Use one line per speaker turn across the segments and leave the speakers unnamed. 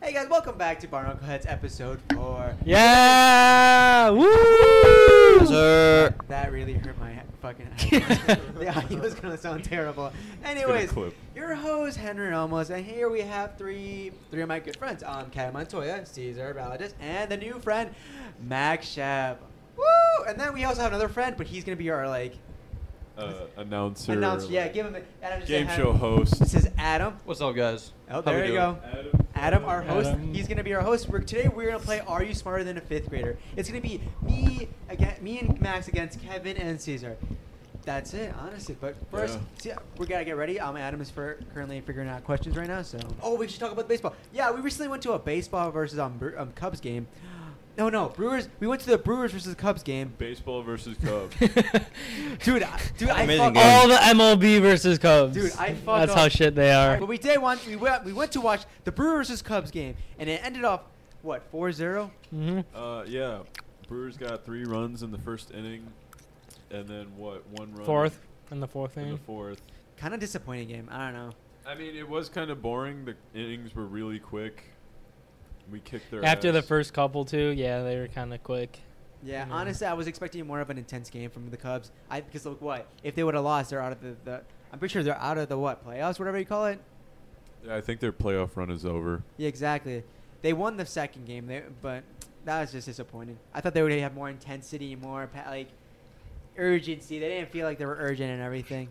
Hey guys, welcome back to Bar and Uncle Heads episode four.
Yeah! Woo!
Sir.
That really hurt my fucking. the audio is gonna sound terrible. Anyways,
clip.
your host Henry Ramos, and here we have three three of my good friends: um, Kat Montoya, Cesar Valadez, and the new friend, Max Shab. Woo! And then we also have another friend, but he's gonna be our like
Uh, announcer.
announce. Yeah,
like,
give him. A, Adam, just say
Game
hi.
show host.
This is Adam.
What's up, guys?
Oh, there you go.
Adam.
Adam, our host,
Adam.
he's gonna be our host. We're, today we're gonna play Are You Smarter Than a Fifth Grader? It's gonna be me again, me and Max against Kevin and Caesar. That's it, honestly. But first, see, we gotta get ready. Um, Adam is for currently figuring out questions right now. So, oh, we should talk about baseball. Yeah, we recently went to a baseball versus um, Bre- um Cubs game. No, no, Brewers. We went to the Brewers versus Cubs game.
Baseball versus Cubs.
Dude, I, dude, I
Amazing
fuck-
game.
All the MLB versus Cubs.
Dude, I fuck
That's
up.
how shit they
All right,
are.
But we did want we went we went to watch the Brewers versus Cubs game, and it ended off what 4-0?
Mhm.
uh, yeah. Brewers got three runs in the first inning, and then what? One run.
Fourth and the fourth
In the
inning.
fourth.
Kind of disappointing game. I don't know.
I mean, it was kind of boring. The innings were really quick. We kicked their
After the
ass.
first couple too, yeah, they were kind of quick.
Yeah,
Yeah.
honestly, I was expecting more of an intense game from the Cubs. I because look what if they would have lost, they're out of the, the I'm pretty sure they're out of the what playoffs, whatever you call it.
Yeah, I think their playoff run is over.
Yeah, exactly. They won the second game, they, but that was just disappointing. I thought they would have more intensity, more pa- like urgency. They didn't feel like they were urgent and everything.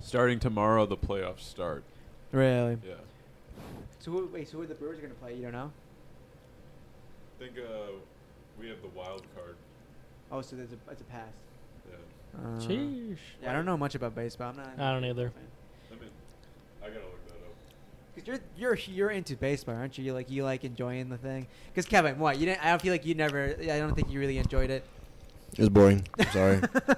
Starting tomorrow, the playoffs start.
Really.
Yeah.
So who, wait, so who the Brewers are gonna play? You don't know?
I think uh, we have the wild card.
Oh, so there's a it's a pass.
Yeah. Uh-huh.
Uh,
Sheesh.
Yeah, I don't know much about baseball. I'm not.
I don't either.
I mean, I gotta look that up.
Cause you're you're you're into baseball, aren't you? You like you like enjoying the thing. Cause Kevin, what you didn't? I don't feel like you never. I don't think you really enjoyed it.
It was boring. I'm sorry.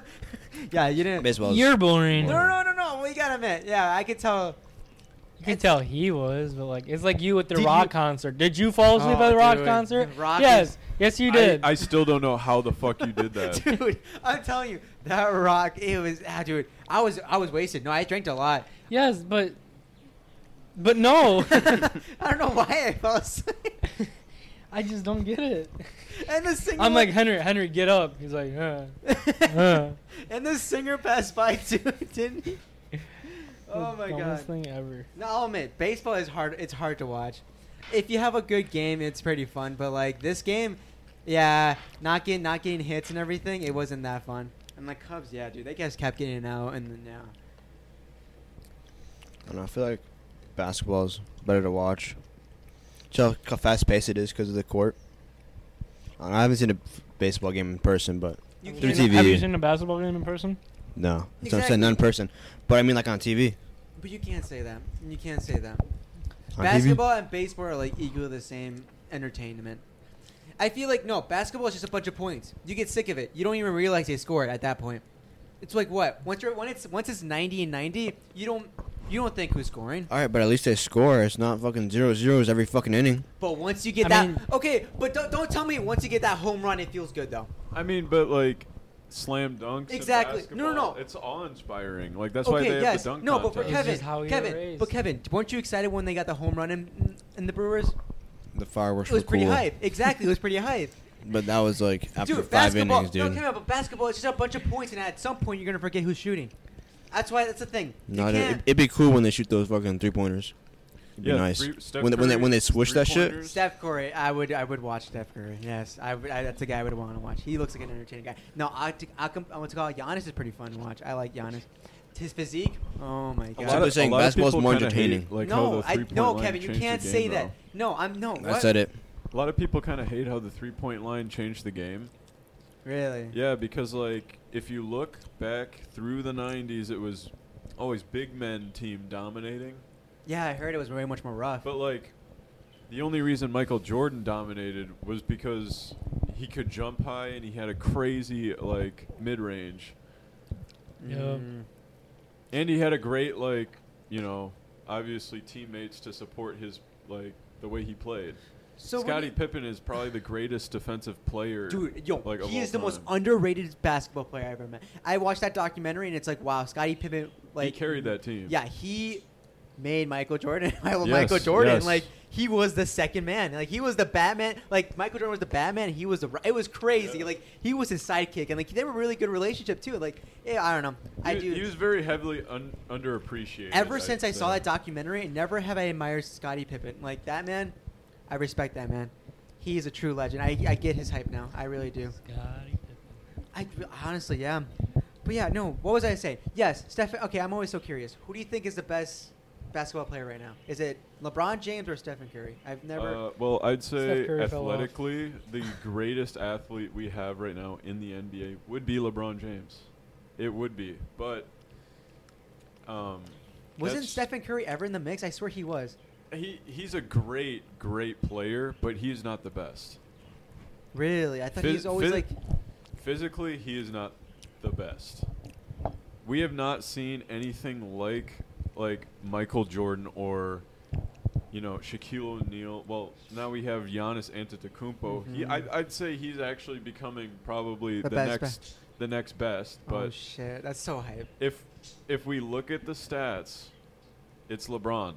yeah, you didn't.
Baseball. is-
You're boring.
No, no, no, no. We gotta admit. Yeah, I could tell.
You can tell he was, but like it's like you at the
Did
rock
you-
concert. Did you fall asleep
Oh,
at the rock
dude.
concert?
The rock
yes,
is-
yes you
I-
did.
I, still don't know how the fuck you did that.
dude. I'm telling you, that rock. It was, ah, dude. I was I was wasted. No, I drank a lot.
yes, but but no,
I don't know why I fell asleep.
I just don't get it.
And the singer.
I'm like Henry, Henry, get up. He's like, uh. Huh.
and the singer passed by too, didn't he? Oh
the
my
dumbest
god.
thing ever.
No, I'll admit, baseball is hard. It's hard to watch. If you have a good game, it's pretty fun. But like this game, yeah, not getting not getting hits and everything, it wasn't that fun. And the Cubs, yeah, dude, they just kept getting out and then yeah.
I don't know. I feel like basketball's better to watch. Just how fast paced it is because of the court. I, don't know, I haven't seen a f- baseball game in person, but
You
Through
Have
can't- uh,
you- Have
TV.
you seen a basketball game in person?
no, that's what I'm
Exactly.
saying not in person. But I mean, like on TV.
But you can't say that. You can't say that.
On
basketball and baseball are like equally the same entertainment. I feel like no, basketball is just a bunch of points. You get sick of it. You don't even realize they scored at that point. It's like what once you're when it's once it's ninety and ninety, you don't you don't think who's scoring.
TV. All right, but at least they score. It's not fucking zero zeros every fucking inning.
But once you get
I
that,
mean-
okay. But don't, don't tell me once you get that home run, it feels good though.
I mean, but like slam dunks. in
Exactly. No, no, no.
basketball, It's awe-inspiring. Like that's why
okay,
they have
yes,
the dunk
no. But for
contest.
Kevin,
just how we were
Kevin,
raised.
but Kevin, weren't you excited when they got the home run in in the Brewers?
The fireworks
It was
were
pretty
cool,
hype. Exactly, it was pretty hype.
but that was like after
dude,
five
basketball.
innings, dude.
No, Kevin, but basketball is just a bunch of points, and at some point you're gonna forget who's shooting. That's why. That's the thing. You
No,
can't-
it, it'd be cool when they shoot those fucking three pointers. It'd
Yeah,
be nice.
three- Steph
when, they, when they when they
Curry's
swish that shit,
three-pointers.
Steph Curry, I would, I would watch Steph Curry. Yes, I, would, I that's a guy I would want to watch. He looks like an entertaining guy. No, I, t- I, com- I want to call it Giannis is pretty fun to watch. I like Giannis. His physique, oh my
A
I'm
god.
lot
simply
of-
saying
a lot of
basketball's
people
more
kinda hate,
entertaining.
Like how
no,
the
I,
three-point
no,
line
Kevin, you
changed the
can't
game,
say that.
though.
No, I'm no.
I
Oh, What?
said it.
A lot of people kind of hate how the three-point line changed the game.
Really?
Yeah, because like if you look back through the '90s, it was always big men team dominating.
Yeah, I heard it was way much more rough.
But like, the only reason Michael Jordan dominated was because he could jump high and he had a crazy like mid-range,
Mm.
Yeah.
and he had a great like you know obviously teammates to support his like the way he played.
So what
Scottie
do
Pippen is probably the greatest defensive player.
you- dude, yo,
like, of
he
all
is the most
time.
underrated basketball player I ever met. I watched that documentary and it's like, wow, Scottie Pippen, like,
he carried that team.
yeah, he made Michael Jordan. I love
Yes,
Michael Jordan.
yes.
Like he was the second man. Like he was the Batman. Like Michael Jordan was the Batman. He was the. Ro- It was crazy.
Yeah.
Like he was his sidekick, and like they have a really good relationship too. Like yeah, I don't know. I
he,
do.
He was very heavily un- underappreciated.
Ever since I
I'd
saw
say.
that documentary, never have I admired Scottie Pippen. Like that man, I respect that man. He's a true legend. I, I get his hype now. I really do.
Scottie Pippen.
I honestly, yeah. But yeah, no. What was I saying? Yes, Steph. Okay, I'm always so curious. Who do you think is the best basketball player right now? Is it LeBron James or Stephen Curry? I've never.
Uh, well, I'd say
Steph Curry fell off.
athletically, the greatest athlete we have right now in the NBA would be LeBron James. It would be, but um,
wasn't
that's-
Stephen Curry ever in the mix? I swear he was.
He he's a great great player, but he's not the best.
Really, I thought
Phys-
he was always
phys-
like.
physically, he is not the best. We have not seen anything like like Michael Jordan or you know Shaquille O'Neal. Well, now we have Giannis Antetokounmpo. He,
Mhm.
I, I'd say he's actually becoming probably
The
the,
best,
next
best.
the next best. But
Oh shit, that's so hype.
if if we look at the stats, it's LeBron.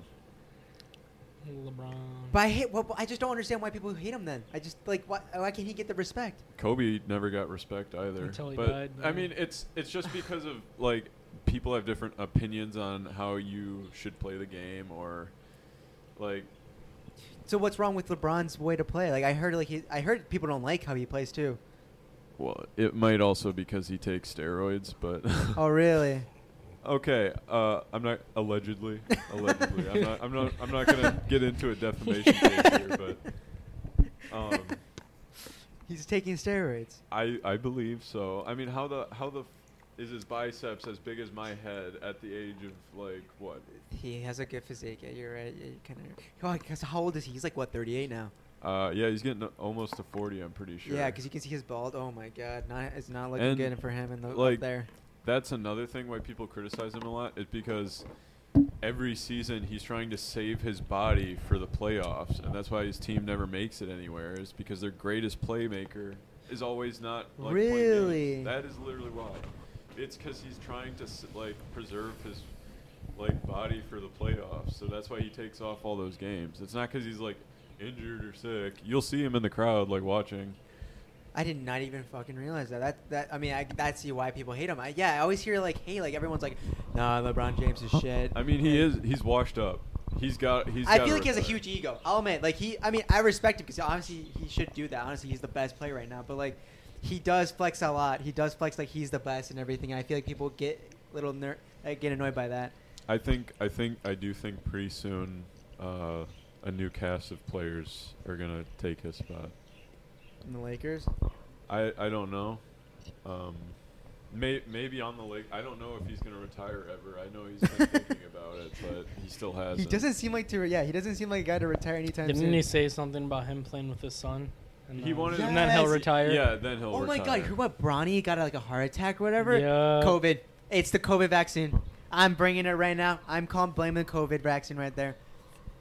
LeBron.
But I hate. Well, I just don't understand why people hate him. Then I just like why. Why can't he get the respect?
Kobe never got respect either.
Until he
but
died,
I
yeah.
mean, it's it's just because of like people have different opinions on how you should play the game or like
So what's wrong with LeBron's way to play? Like I heard, like he, I heard people don't like how he plays too.
well, it might also because he takes steroids, but
Oh really?
Okay, uh, I'm not allegedly. Allegedly, I'm not. I'm not. I'm not gonna get into a defamation case here, but um,
he's taking steroids.
I I believe so. I mean, how the how the f- is his biceps as big as my head at the age of like what?
He has a good physique. Yeah, you're right. Yeah, you kind of. Oh, because how old is he? He's like what, 38 now.
Uh, yeah, he's getting almost to 40. I'm pretty sure.
Yeah, because you can see his bald. Oh my God, not it's not looking
And,
good for him in the up
like,
there.
that's another thing why people criticize him a lot is because every season he's trying to save his body for the playoffs, and that's why his team never makes it anywhere. Is because their greatest playmaker is always not like, playing games.
Really?
That is literally why. It's because he's trying to s- like preserve his like body for the playoffs, so that's why he takes off all those games. It's not because he's like injured or sick. You'll see him in the crowd like watching.
I did not even fucking realize that. That that I mean, I that's see why people hate him. I, yeah, I always hear like, hey, like everyone's like, nah, LeBron James is shit.
I mean, he is. He's washed up. He's got. He's.
I
gotta
feel like he has a
retire.
huge ego. I'll admit, like he, I mean, I respect him because obviously he should do that. Honestly, he's the best player right now. But like, he does flex a lot. He does flex like he's the best and everything. And I feel like people get little ner- like, get annoyed by that.
I think I think I do think pretty soon uh, a new cast of players are gonna take his spot.
In the Lakers,
I, I don't know. Um, may, maybe on the lake. I don't know if he's gonna retire ever. I know he's been thinking about it, but he still hasn't.
he doesn't seem like to. Re- yeah, he doesn't seem like a guy to retire anytime
Didn't
soon.
he say something about him playing with his son? And,
He
um,
wanted.
and then he'll
Yes.
retire.
Yeah, then he'll.
oh my
retire.
god! You heard what Bronny got like a heart attack or whatever?
Yeah.
COVID. It's the COVID vaccine. I'm bringing it right now. I'm calm blaming the COVID vaccine right there.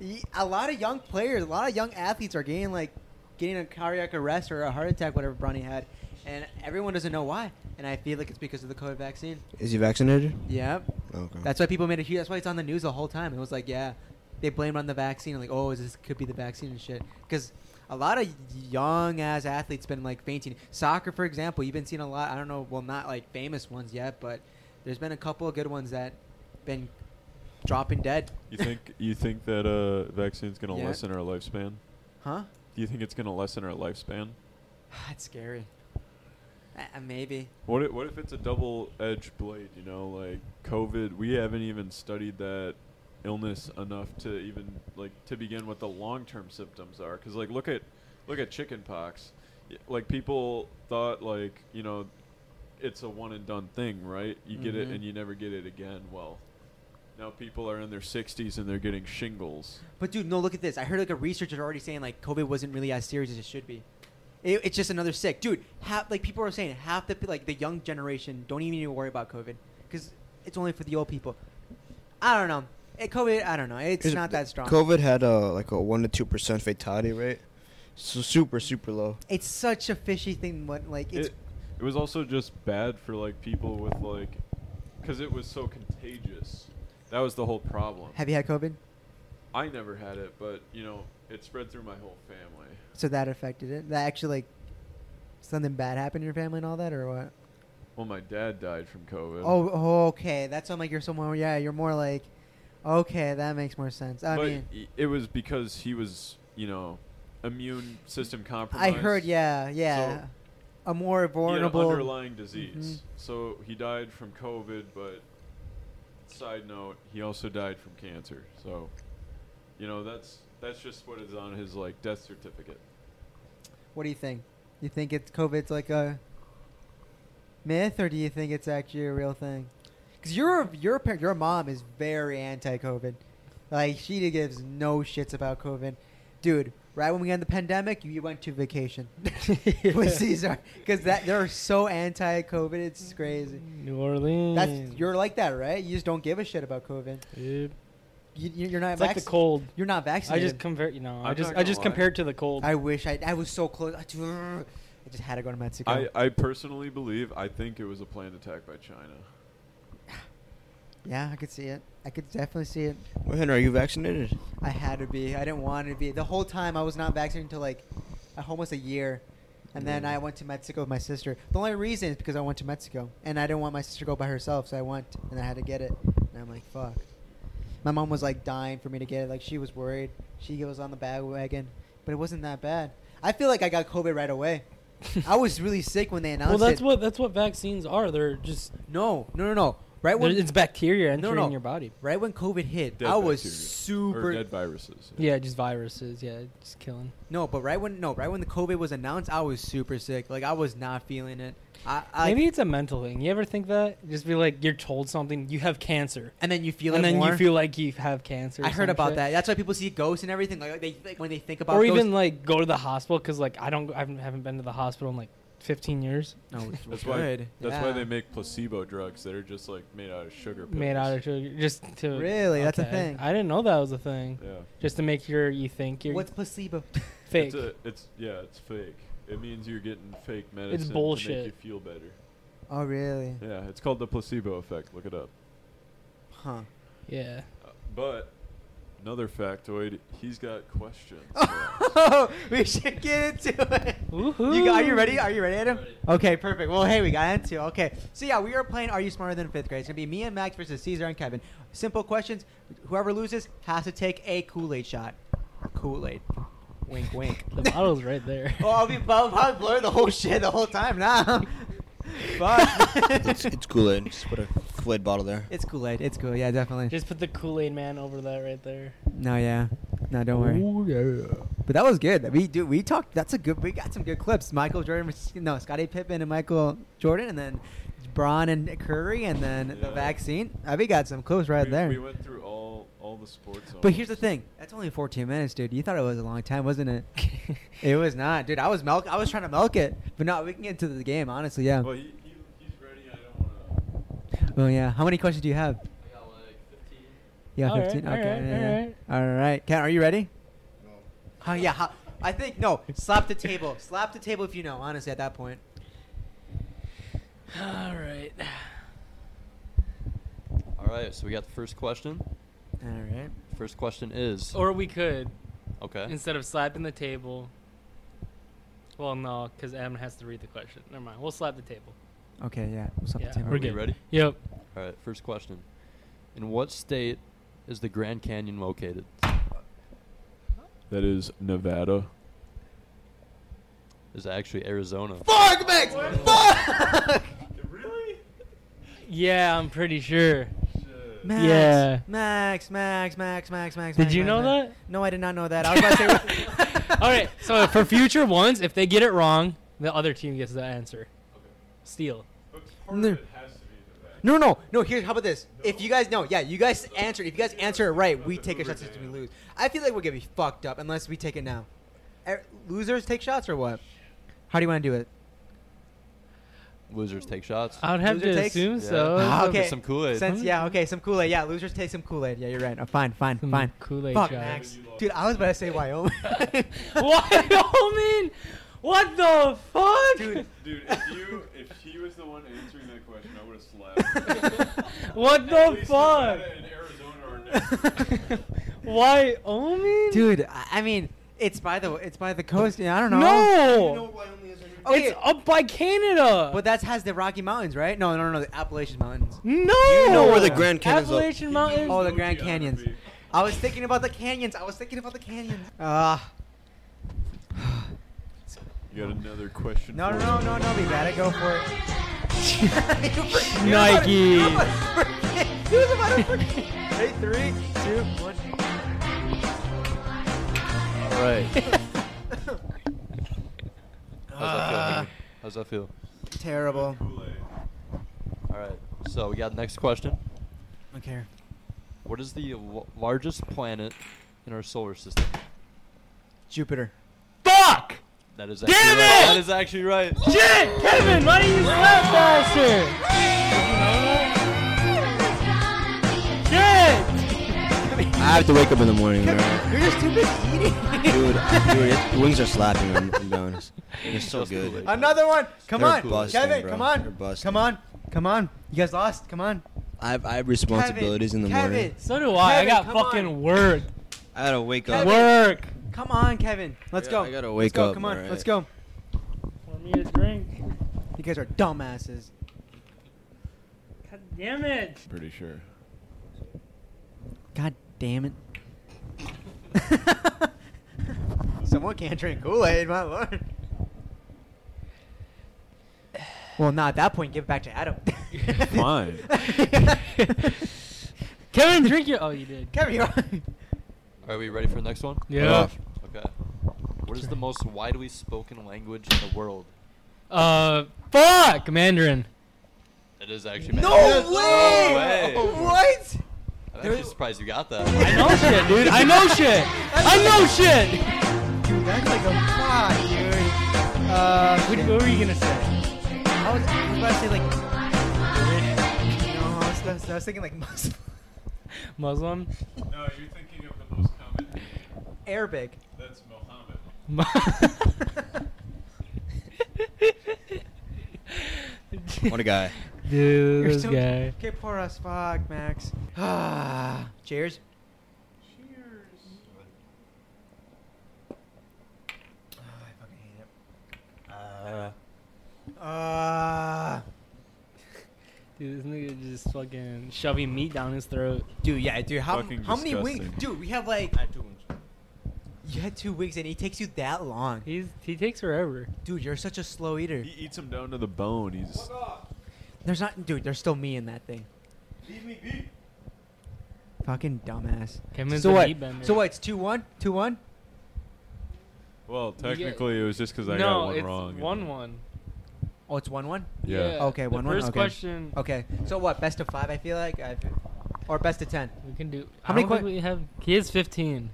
Y- A lot of young players, a lot of young athletes are getting like getting a cardiac arrest or a heart attack, whatever Bronny had, and everyone doesn't know why. And I feel like it's because of the COVID vaccine.
Is he vaccinated?
Yep.
Okay.
That's why people made a huge. That's why it's on the news the whole time. It was like, yeah, they blamed on the vaccine. Like, oh, is this could be the vaccine and shit. Because a lot of young ass athletes been like fainting. Soccer, for example, you've been seeing a lot. I don't know. Well, not like famous ones yet, but there's been a couple of good ones that been dropping dead.
You think you think that uh, vaccine's gonna
Yeah.
lessen our lifespan?
huh?
Do you think it's gonna lessen our lifespan?
That's scary. Uh, maybe.
What if, what if it's a double-edged blade? You know, like COVID, we haven't even studied that illness enough to even like to begin what the long-term symptoms are. Because like look at look at chickenpox, Y- like people thought like you know, it's a one and done thing, right? You get it
Mhm.
and you never get it again. Well, now people are in their 60s and they're getting shingles.
But dude, no, look at this. I heard like a researcher already saying like COVID wasn't really as serious as it should be. It, it's just another sick, dude. Half like people are saying half the pe- like the young generation don't even need to worry about COVID because it's only for the old people. I don't know. It, COVID, I don't know. It's
Is it-
not that strong.
COVID had a like a one to two percent fatality rate, so super super low.
It's such a fishy thing. What like it's
it, it was also just bad for like people with like because it was so contagious That was the whole problem.
Have you had COVID?
I never had it, but you know, it spread through my whole family.
So that affected it. That actually like something bad happened in your family and all that, or what?
Well, my dad died from COVID.
Oh, oh, okay. That's why I'm like you're someone. Yeah, you're more like, okay, that makes more sense. I
but
mean,
i- it was because he was, you know, immune system
I
compromised.
heard. Yeah, yeah.
So-
a more
He had an
vulnerable. Mm-hmm.
underlying disease. So he died from COVID, but side note, he also died from cancer. So, you know, that's that's just what is on his like death certificate.
What do you think? You think it's COVID's like a myth, or do you think it's actually a real thing? Because your your parent, your mom is very anti-COVID. Like she gives no shits about COVID, dude. Right when we had the pandemic, you went to vacation with Caesar because that they're so anti-COVID. It's crazy.
New Orleans.
That's you're like that, right? You just don't give a shit about COVID.
Dude.
You, you- you're not.
It's like the
vac-
cold.
You're not
I
vaccinated.
just compare, you know,
I'm
i
not
just I
gonna
just
lie.
compared to the cold.
I wish I. I was so close. I just had to go to Mexico.
I, I personally believe I think it was a planned attack by China.
Yeah, I could see it. I could definitely see it.
When are you vaccinated?
I had to be. I didn't want to be. The whole time I was not vaccinated until like uh, almost a year. And then I went to Mexico with my sister. The only reason is because I went to Mexico and I didn't want my sister to go by herself, so I went and I had to get it. And I'm like, fuck. My mom was like dying for me to get it. Like she was worried. She was on the bandwagon, but it wasn't that bad. I feel like I got COVID right away. I was really sick when they announced
well, that's
it.
what that's what vaccines are. They're just
No, no, no, no. Right
they're-
when
it's bacteria
No,
entering
no.
your body.
right when COVID hit,
Dead
I was
bacteria.
super
or dead viruses.
Yeah, just viruses. Yeah, just killing.
No, but right when no, right when the COVID was announced, I was super sick. Like I was not feeling it. I, I
Maybe it's a mental thing. You ever think that? Just be like, you're told something, you have cancer,
and then you feel
and
it
then
more.
you feel like you have cancer. or
I heard
some
about
shit.
that. That's why people see ghosts and everything. Like they like, when they think about
or
ghosts.
even like go to the hospital because like I don't I haven't, haven't been to the hospital in like 15 years.
no,
That's why that's why
Yeah.
they make placebo drugs that are just like made out of sugar pills.
Made out of sugar, just to
Really? That's a thing.
I didn't know that was a thing.
Yeah.
Just to make sure you think you're
What's placebo?
fake.
It's, a, it's yeah, it's fake. It means you're getting fake medicine to
bullshit.
make you feel better.
oh really?
Yeah, it's called the placebo effect. Look it up.
Huh?
yeah.
Uh, but another factoid, he's got questions.
Oh, we should get into it.
Woohoo.
You, g- are you ready? Are you ready, Adam? Okay, perfect. Well, hey, we got into okay. So yeah, we are playing Are You Smarter Than Fifth Grade? It's gonna be me and Max versus Caesar and Kevin. Simple questions. Whoever loses has to take a Kool Aid shot. Kool Aid. Wink, wink.
The bottle's right there.
Oh, I'll be I'll probably blur the whole shit the whole time now. Fuck.
it's it's Kool Aid. Just put a Kool Aid bottle there.
it's Kool Aid. It's cool. Yeah, definitely.
Just put the Kool Aid Man over that right there.
no, yeah. No, don't worry. But that was good. We do. We talked. That's a good. We got some good clips. Michael Jordan, was- no, Scottie Pippen and Michael Jordan, and then Braun and Curry, and then the
Yeah.
vaccine. Uh, we got some clips right
we,
there.
We went through all all the sports.
but here's the
almost.
thing. That's only 14 minutes, dude. You thought it was a long time, wasn't it? it was not, dude. I was milk. I was trying to milk it. But no, we can get into the game. Honestly, yeah.
Well, he, he, he's ready. I don't want to.
Oh yeah. How many questions do you have? Yeah,
All right,
15.
all
okay.
right,
yeah,
all
yeah.
right.
All right. Ken, are you ready? No. yeah. ho- I think, no. Slap the table. Slap the table if you know, honestly, at that point.
All right.
All right, so we got the first question.
All right.
First question is
Or we could
okay.
instead of slapping the table. Well, no, because Adam has to read the question. Never mind. We'll slap the table.
Okay, yeah. We'll slap
Yeah,
the table.
we're
Are we
good.
ready?
Yep.
All right, first question. In what state is the Grand Canyon located?
That is Nevada.
Is it actually Arizona?
Fuck, Max! Fuck!
Really?
Yeah, I'm pretty sure.
Max,
Yeah.
Max, Max, Max, Max, Max.
Did
Max,
you
Max,
know
Max.
that?
No, I did not know that. I was about to say.
All right. So for future ones, if they get it wrong, the other team gets the answer. Steal.
No. it No, no, no. Here, how about this? If you guys know, yeah, you guys answer. If you guys answer it right, we take a shot since we lose. I feel like we're gonna be fucked up unless we take it now. Er, Losers take shots or what? How do you want to do it?
Losers take shots.
I would have
Loser
to
takes?
assume
Yeah.
so.
Ah,
Get
okay.
Some Kool-Aid.
Since yeah, okay, some Kool Aid. Yeah, losers take some Kool Aid. Yeah, you're right. Oh, fine, fine,
Some
fine.
Kool-Aid
Fuck,
shot.
Max. dude, I was about to say Wyoming.
Wyoming. What the fuck?
Dude.
Dude, if you if he was the one answering that question, I would have slapped. him.
What
At
the
least
fuck?
Nevada and Arizona
Wyoming?
Dude, I I mean, it's by the it's by the coast. Yeah, I don't know.
No!
Okay.
It's up by Canada.
But that has the Rocky Mountains, right? No, no, no, the Appalachian Mountains.
no.
You know where the Grand Canyon's up.
Appalachian Mountains.
Oh, the Grand Canyons. I was thinking about the canyons. I was thinking about the canyons. Ah.
You got another question?
no,
for
no, no,
us?
no, no, be bad. Go for it. You were- you
Nike.
were about to forget. You was about to forget. Hey, three, two, one.
All right. How's that feel? Henry? How's that feel?
Terrible.
Kool-Aid.
All right. So we got next question.
Okay.
What is the l- largest planet in our solar system?
Jupiter.
Fuck!
That is
Damn
actually right.
it!
That is actually right.
Shit! Kevin, why do you slap faster? Shit!
I have to wake up in the morning, right?
You're just too busy eating.
Dude, I- dude, it- the wings are slapping. I'm, I'm being honest. They're so
Just
good.
Kool-Aid.
Another one. Come
They're
on,
busting,
Kevin.
bro.
Come
They're
on.
busting.
Come on. Come on. You guys lost. Come on.
I have, I have responsibilities
Kevin,
in the
Kevin.
morning.
So do I.
Kevin,
I got
come on.
fucking work.
I gotta wake
Kevin.
up.
Work.
Come on, Kevin. Let's
Yeah,
go.
I gotta
Let's
wake
go.
up,
Come on.
alright.
Let's go.
Pour me a drink.
You guys are dumbasses.
God damn it.
Pretty sure.
God damn it. Someone can't drink Kool Aid, my lord. Well, not at that point. Give it back to Adam.
Fine.
Kevin, drink your. Oh, you did.
Kevin, you're on.
Are we ready for the next one?
Yeah.
Okay. What is the most widely spoken language in the world?
Uh, fuck, Mandarin.
It is actually
No
Mandarin.
way! Oh,
No way!
What?
I'm
There-
actually surprised you got that.
I know shit, dude. I know shit. I know shit.
Dude, that's like a god, dude. Uh,
What, what were you gonna say?
I was, I was about to say like. No, I was, I was, I was thinking like Muslim.
Muslim?
No, you're thinking of the most common name.
Arabic.
That's Mohammed.
What a guy.
Dude,
You're
this
so-
guy.
Okay, poor us, fuck, Max. Ah, cheers.
Cheers.
Ah, I fucking hate it. Uh. Uh.
Dude, this nigga just fucking shoving meat down his throat.
Dude, yeah, dude. How,
Fucking
how many wings?
disgusting.
Dude, we have like. You had two wings and it takes you that long.
He's he takes forever.
Dude, you're such a slow eater.
He eats him down to the bone. He's
There's not, dude. There's still me in that thing. Fucking dumbass.
Kevin's
so
a
what?
meat bender.
So what? It's two one, two one.
well, technically it was just because I got
no,
one
it's
wrong. and-
one one.
Oh, it's one one.
Yeah.
Okay,
the
one, one,
First
okay.
question.
Okay. So what? Best of five. I feel like. I feel, or best of ten.
We can do.
How
How
many
many? we have. He is fifteen.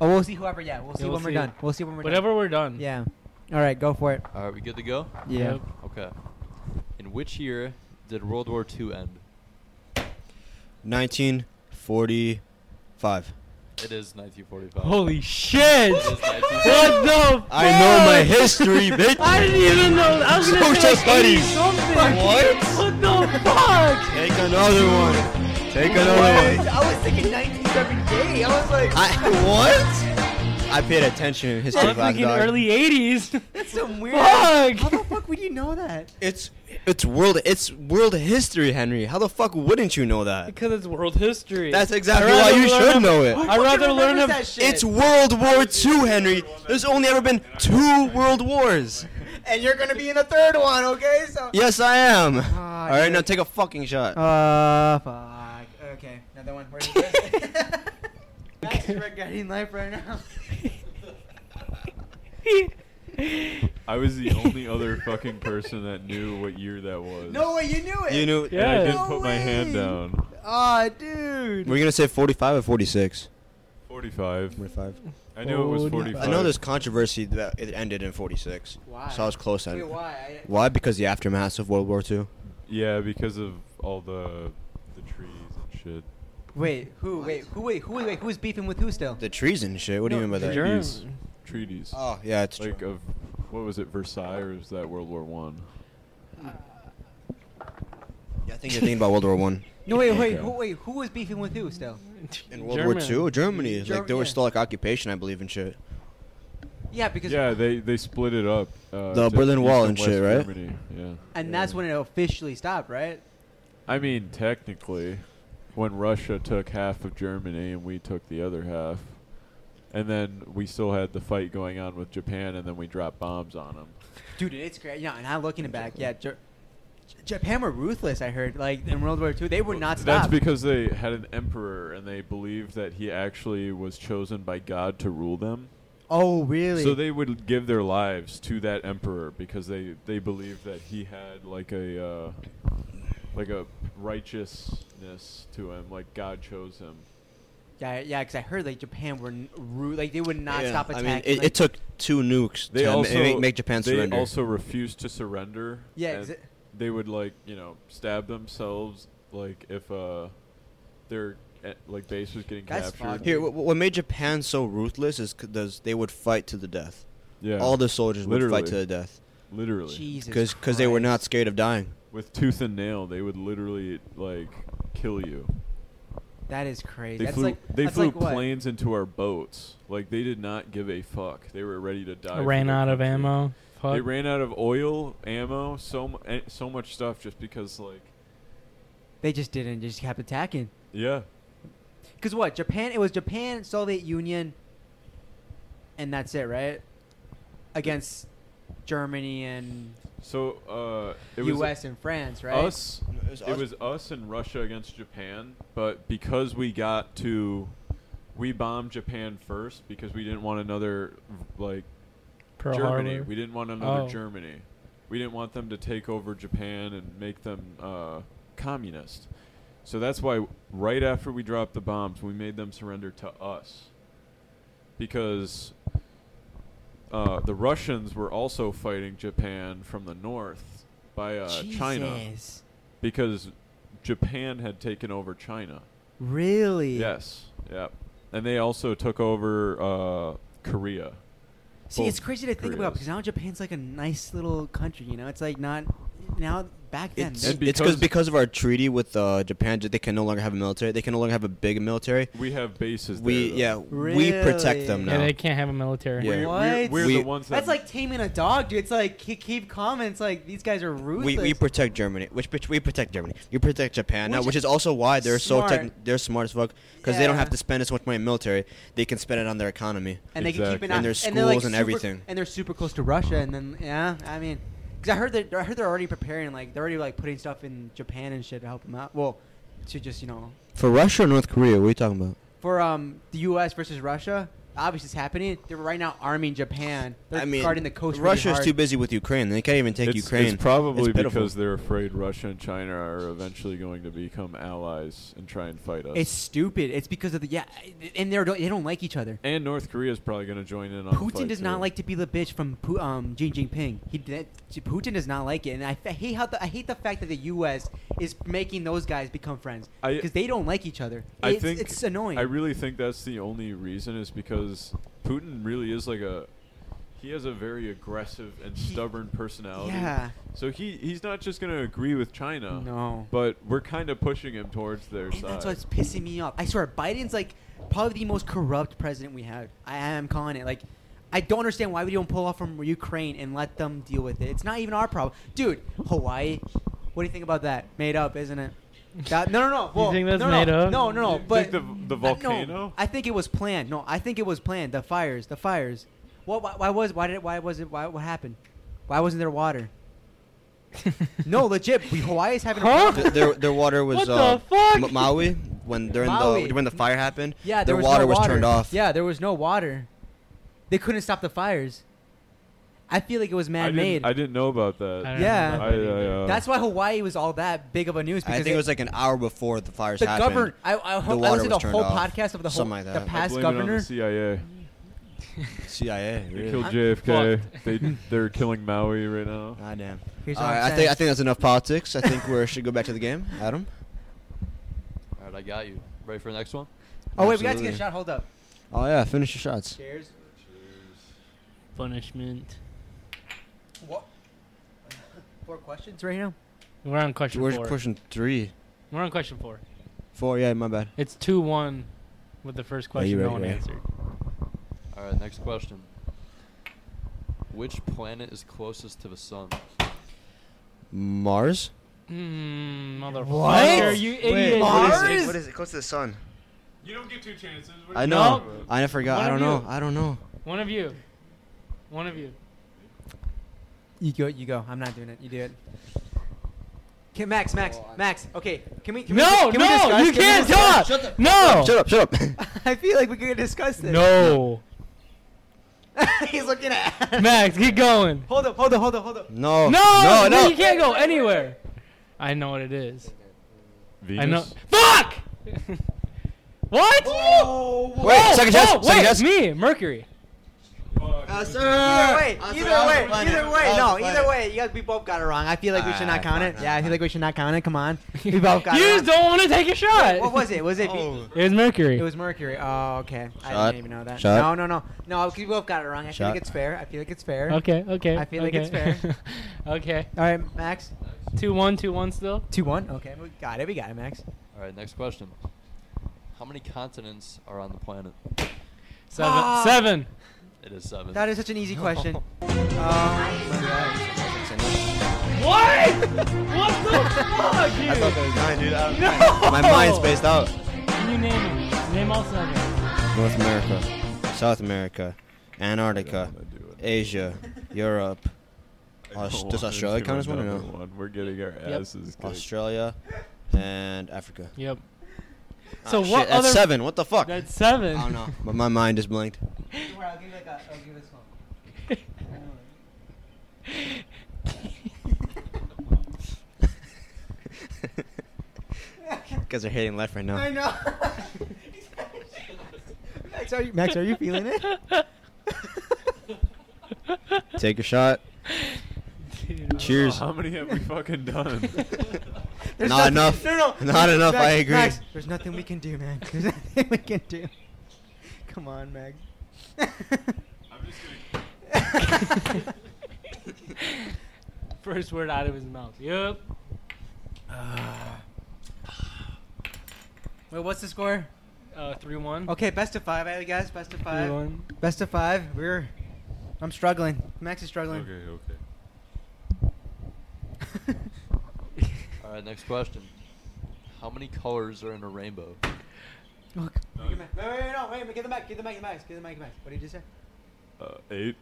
Oh, we'll see whoever. Yeah, we'll see
Yeah, we'll
when we're
see.
done. We'll see when we're
Whatever we're done.
done. Yeah. All right, go for it.
All right, we good to go?
Yeah.
Yep.
Okay. In which year did World War II end?
1945.
It is 1945.
Holy shit!
It is
what
1945.
the? Fuck?
I know my history, bitch.
I didn't even know. I was gonna
Social
say like 80
studies.
something.
What?
What the fuck?
Take another one. Take another one.
was thinking 1978. I was like,
I what? I paid attention in history
I'm
class,
thinking
dog.
early '80s.
that's some weird.
Fuck.
How the fuck would you know that?
It's it's world it's world history, Henry. How the fuck wouldn't you know that?
Because it's world history.
That's exactly
I'd
why
rather
you
learn
should
ab-
know it.
Who
I'd
fucking
rather
remembers
learn of-
that shit.
It's World War II, Henry. There's only ever been two world wars.
and you're gonna be in the third one, okay? So.
Yes, I am.
Ah,
All right,
dude.
now take a fucking shot.
Uh, fuck. Okay, another one. Where's the Max is regretting life right now.
I was the only other fucking person that knew what year that was.
No way, you knew it.
You knew.
And I
Yeah.
didn't
No
put my hand
way.
down.
Aw, dude.
We're gonna say 45 or 46.
45.
45.
I knew it was
Oh, no.
45.
I know there's controversy that it ended in 46.
Why?
So I was close.
Wait,
Henry.
why? I,
Why? Because the aftermath of World War II.
Yeah, because of all the the trees and shit.
wait, who? Wait, who? Wait, who? Wait, who's beefing with who still?
The trees and shit. What do you
No,
mean by that?
Germ-
Treaties. Treaties.
Oh yeah, it's
like
true.
of what was it, Versailles or was that World War One?
Yeah, I think you're thinking about World War One.
No, wait, wait,
Okay.
who, wait, who was beefing with who still?
In World War II, Germany, like
Germ-
they were
yeah.
still like occupation, I believe, and shit.
Yeah, because
yeah, they they split it up. Uh,
The
to
Berlin
East
Wall and
West
shit, right?
Germany, Yeah.
and that's when it officially stopped, right?
I mean, technically, when Russia took half of Germany and we took the other half, and then we still had the fight going on with Japan, and then we dropped bombs on them.
Dude, it's great. Yeah, and I'm looking back. Yeah, Ger- J- Japan were ruthless. I heard like in World War II, they would not
That's
stop.
because they had an emperor, and they believed that he actually was chosen by God to rule them.
oh, really?
So they would give their lives to that emperor because they they believed that he had like a uh, like a righteousness to him, like God chose him.
yeah, yeah. Because I heard like Japan were n- ru- like they would not
Yeah,
stop attacking.
I mean, it,
like-
it took two nukes
They
to ma-
also
make, make Japan
they
surrender.
also refused to surrender.
Yeah,
and
exa-
they would like you know stab themselves like if uh their eh, like base was getting
That's
captured.
fucked.
Here, what, what made Japan so ruthless is because they would fight to the death.
yeah,
All the soldiers would fight to
Literally.
the death
literally
Jesus,
because they were not
Christ.
scared of dying.
with tooth and nail. They would literally like kill you.
That is crazy.
They
that's
flew.
like
they
that's
flew
like what?
planes into our boats. Like they did not give a fuck. They were ready to die. for
ran
their
out of
country.
ammo. Fuck.
They ran out of oil, ammo, so mu- eh, so much stuff just because like
They just didn't. They just kept attacking.
yeah.
Because what? Japan. It was Japan, Soviet Union, and that's it, right? Against Germany and
So uh, it was
U.S. and France, right?
Us,
No, it was
it
us.
was us and Russia against Japan, but because we got to, we bombed Japan first because we didn't want another like
Pearl
Germany.
Harbor.
We didn't want another
Oh.
Germany. We didn't want them to take over Japan and make them uh, communist. So that's why right after we dropped the bombs, we made them surrender to us because uh, the Russians were also fighting Japan from the north by uh, China
Jesus.
because Japan had taken over China.
Really?
Yes. Yep. And they also took over uh, Korea.
See,
Both
it's crazy to think about
Koreas.
because now Japan's like a nice little country. You know, it's like not now back then.
It's,
they-
And
it's
because-
because because of our treaty with uh, Japan, they can no longer have a military. They can no longer have a big military.
We have bases
We
there.
yeah,
though.
we protect them
Really?
Yeah,
now.
they can't have a military.
Yeah.
What?
We're, we're
We-
the ones that
That's like taming a dog, dude. It's like keep, keep calm. and It's like these guys are ruthless.
we, we protect Germany, which, which we protect Germany. We protect Japan now,
Which-
which is also why they're so
Smart.
tech they're smart as fuck because they don't
Yeah.
have to spend as much money in military. They can spend it on their economy.
and they can keep
Exactly.
an
And
eye
their
they're, like,
schools and
super-
everything.
And they're super close to Russia, and then yeah, I mean, because I heard that I heard they're already preparing, like they're already like putting stuff in Japan and shit to help them out. Well, to just you know,
For Russia or North Korea, what are you talking about?
for um the U.S. versus Russia, obviously it's happening. They're right now arming Japan. They're
I mean,
guarding the coast. really
Russia's
hard.
too busy with Ukraine. They can't even take
it's,
Ukraine.
It's probably
pitiful.
because they're afraid Russia and China are eventually going to become allies and try and fight us.
It's stupid. It's because of the yeah, and they're they don't like each other.
and North Korea is probably going to join in on. the
Putin
fight,
does not
too.
like to be the bitch from Pu- um, Xi Jinping. He did, Putin does not like it, and I, f- I hate how the, I hate the fact that the U.S. is making those guys become friends
I-
because they don't like each other.
I
it's,
think
it's annoying.
I really think that's the only reason is because Putin really is like a he has a very aggressive and
He-
stubborn personality.
Yeah.
So he he's not just going to agree with China.
No.
But we're kind of pushing him towards their
and
side.
that's what's pissing me off. I swear, Biden's like probably the most corrupt president we had. I am calling it. Like, I don't understand why we don't pull off from Ukraine and let them deal with it. It's not even our problem, dude. Hawaii, what do you think about that? Made up, isn't it? That, no, no, no.
You
well,
think that's
no,
made
no,
up?
No, no, no.
You
But
think the- the volcano?
I, no, I think it was planned. No, I think it was planned. The fires, the fires. What? Why, why was? Why did? Why was it? Why? What happened? Why wasn't there water? No, legit. We, Hawaii is having. a
Huh?
problem.
Th- their their water was
What the
uh,
fuck?
Ma- Maui when during
Maui.
the when the fire happened.
Yeah, there
their
was
water
no
was
water.
turned off.
Yeah, there was no water. They couldn't stop the fires. I feel like it was
I
man-made.
didn't, I didn't know about that.
I don't
Yeah.
know
I,
about that
I,
either.
uh,
That's why Hawaii was all that big of a news because
I think it was like an hour before the fires
the
happened.
governor. I, I,
The
I
water
listened to a
was turned
whole
off.
podcast of the whole
Something like
the
that. I
I
past
blame It on
governor.
the CIA.
CIA.
They
really.
killed
I'm
JFK.
fucked.
they they're killing Maui right now.
Ah, damn.
Here's
All
what I'm
right, I
saying.
think I think that's enough politics. I think we should go back to the game, Adam.
All right, I got you. Ready for the next one?
Oh wait, we got to get a
Absolutely.
shot. Hold up.
Oh yeah, finish your shots.
Cheers.
punishment.
What? Four questions right now.
We're on question
We're
four.
pushing three,
We're on question four.
four. Yeah, my bad.
It's two one with the first
Yeah,
question
you're
no
right,
one
you're right.
answered.
All right, next question. Which planet is closest to the sun?
Mars?
Mm, motherfucker,
What?
you
Wait,
idiot.
Mars?
What is it? What is it? Close to the sun.
You don't get two chances. What
I
do you
know.
talking about?
I forgot.
One
I
of
don't know.
you.
I don't know.
One of you. One of you.
You go. You go. I'm not doing it. You do it. Can, Max, Max, Max. Okay. Can we? Can
No,
we, can
no,
we discuss, can
you
we
can't
discuss-
talk. No.
Shut up. Shut up.
I feel like we could discuss this.
No.
He's looking at.
Max, get going.
Hold up. Hold up. Hold up. Hold up.
no.
No,
Oh, No. No.
You can't go anywhere. I know what it is.
Venus?
I know. Fuck! what?
Wait.
Whoa,
second
whoa,
chance.
wait,
Second chance.
me, Mercury.
Either way, either way, either way, no, either way, you guys, we both got it wrong. I feel like we should not
Ah,
count
fine,
it.
fine,
Yeah, I feel
fine.
like we should not count it. Come on, we both got
you
it
just
wrong.
don't want to take a shot.
What was it? Was it?
Oh.
It was Mercury.
It was Mercury. Oh, okay. I
Shot.
didn't even know that.
Shot.
No, no, no, no. 'cause We both got it wrong. I feel like
Shot.
it's fair. I feel like it's fair.
Okay, okay.
I feel like
okay.
it's fair.
okay.
All right, Max.
Two one, two one still.
Two one. Okay, we got it. We got it, Max.
All right, next question. How many continents are on the planet?
Seven.
Ah!
Seven.
It is seven.
That is such an easy question. Um,
What? what the fuck, dude?
I thought there was nine, dude. I don't-
No!
My mind's spaced out.
you name it. Name all seven.
North America, South America, Antarctica,
I do it.
Asia, Europe,
I
Aus-
don't
does
want
Australia
to
count as one or
another
no?
one. We're getting our asses kicked.
Australia, and Africa.
Yep.
Ah,
So
shit,
what
That's
other-
seven. What the fuck?
That's seven.
I don't know. But my mind just blinked.
I'll give you like a. I'll give you this one.
Guys are hitting left right now.
I know. Max, are you Max? Are you feeling it?
Take a shot.
Dude,
Cheers.
How many have we fucking done?
There's
Not enough.
No, no, no.
Not enough,
Max,
I agree.
Max, there's nothing we can do, man. There's nothing we can do. Come on, Max.
I'm just gonna.
oh, First word out of his mouth. Yep.
Wait, what's the score?
Uh, three one.
Okay, best of five, I guess. Best of
Three
five.
one.
Best of five. We're. I'm struggling. Max is struggling.
Okay, okay.
All right, next question. How many colors are in a rainbow?
Look. Wait, wait, wait, no, wait, wait, get the mic, get the mic, Max, get the mic, Max. What did you say?
Uh, eight.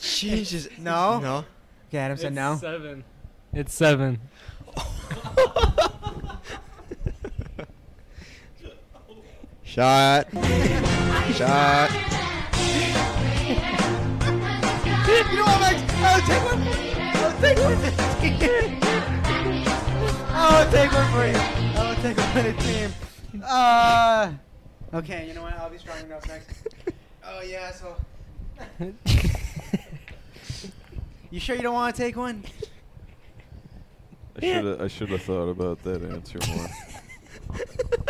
Jesus.
No.
No.
Okay, Adam said
It's
no.
Seven. It's seven.
Shot. Shot.
You know what, Max? I'll take one. I'll take one for the team. I'll take one for you. I'll take one for the team. Uh, okay, you know what? I'll be strong enough next. Oh, yeah, so. you sure you don't want to take one?
I should have. I should have thought about that answer more.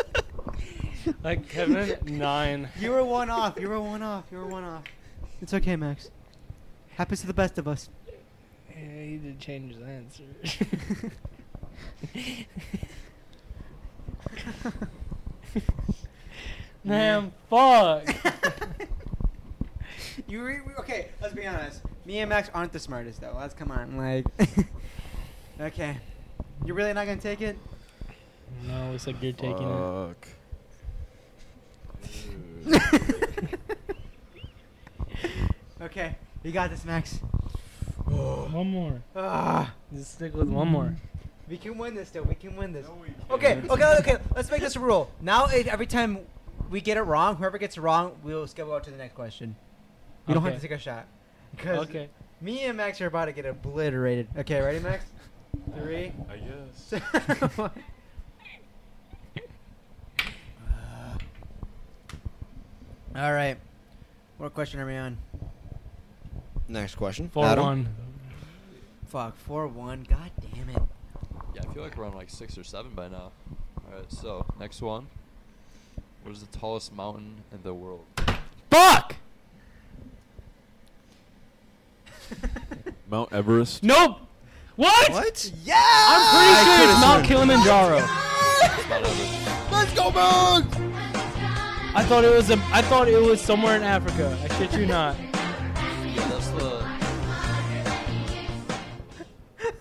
Like Kevin nine.
You were one off. You were one off. You were one off. It's okay, Max. Happens to the best of us.
Yeah, he did change his answer. Man, fuck.
you re- we- okay? Let's be honest. Me and Max aren't the smartest though. Let's come on, like. okay, you're really not gonna take it?
No, looks like you're taking it.
Fuck.
okay, you got this, Max.
One more.
Ah,
Just stick with one more.
we can win this though. We can win this.
Dude.
Okay, okay, okay. Let's make this a rule. Now, if every time we get it wrong, whoever gets it wrong, we'll skip out to the next question. You don't have to
Okay.
take a shot. 'Cause
Okay.
Me and Max are about to get obliterated. Okay, ready, Max? Three.
I guess.
two, one. All right. What question are we on?
Next question.
Four
Adam.
one.
Fuck, 4 1. God damn it.
Yeah, I feel like we're on like six or seven by now. All right, so next one. What is the tallest mountain in the world?
Fuck.
Mount Everest.
Nope. What?
What?
Yeah!
I'm pretty
I
sure
could've
it's Mount
sworn.
Kilimanjaro.
It's not Everest.
Let's go, Bugs!
I thought it was a. I thought it was somewhere in Africa. I shit you not.
Yeah, that's the.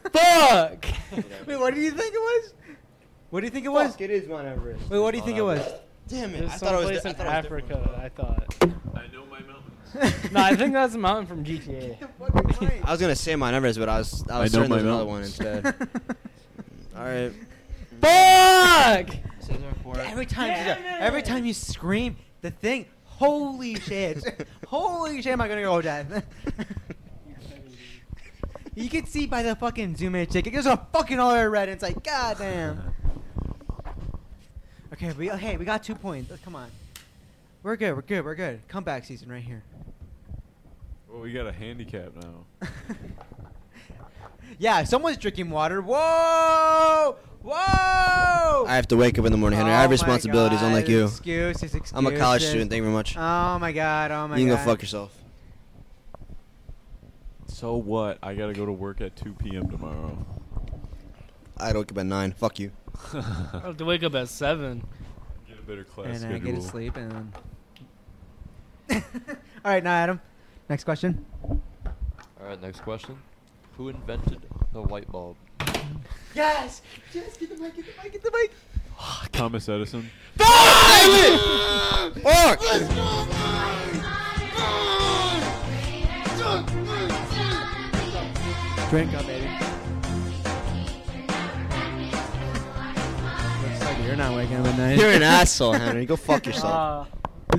Fuck.
Wait, what do you think it was? What do you think it was?
it is Mount Everest.
Wait, what do you think it was?
Damn
It
it!
was
I thought it was.
someplace
I
in
thought it was different.
Africa. I thought.
I know my mountains.
No, I think that's a mountain from GTA.
I was gonna say Mount Everest, but I was. I was
I know
certain
my
there was another one
mountains.
instead. All right.
Fuck.
Every time,
Damn
Caesar, every
it.
time you scream, the thing. Holy shit! holy shit! Am I gonna go dead? you can see by the fucking zoom in ticket. There's a fucking all red. And it's like, god damn. Okay, we okay. We got two points. Let's- Come on. We're good. We're good. We're good. Comeback season right here.
Well, we got a handicap now.
yeah, someone's drinking water. Whoa! Whoa!
I have to wake up in the morning, Henry. I have
Oh my
responsibilities,
God,
unlike you.
Excuses, excuses.
I'm a college student. Thank you very much.
Oh my god! Oh my
you can
god!
go fuck yourself.
So what? I gotta go to work at 2 p.m. tomorrow.
I don't up at nine. Fuck you.
I have to wake up at seven.
Get a better class
And I
schedule.
get to sleep and. All right, now Adam, next question.
All right, next question. Who invented the light bulb?
Yes! Yes! Get the mic! Get the mic! Get the mic!
Thomas Edison.
Fuck!
Drink up, baby. Looks like you're not waking up at night.
You're an asshole, Henry. Go fuck yourself.
Uh,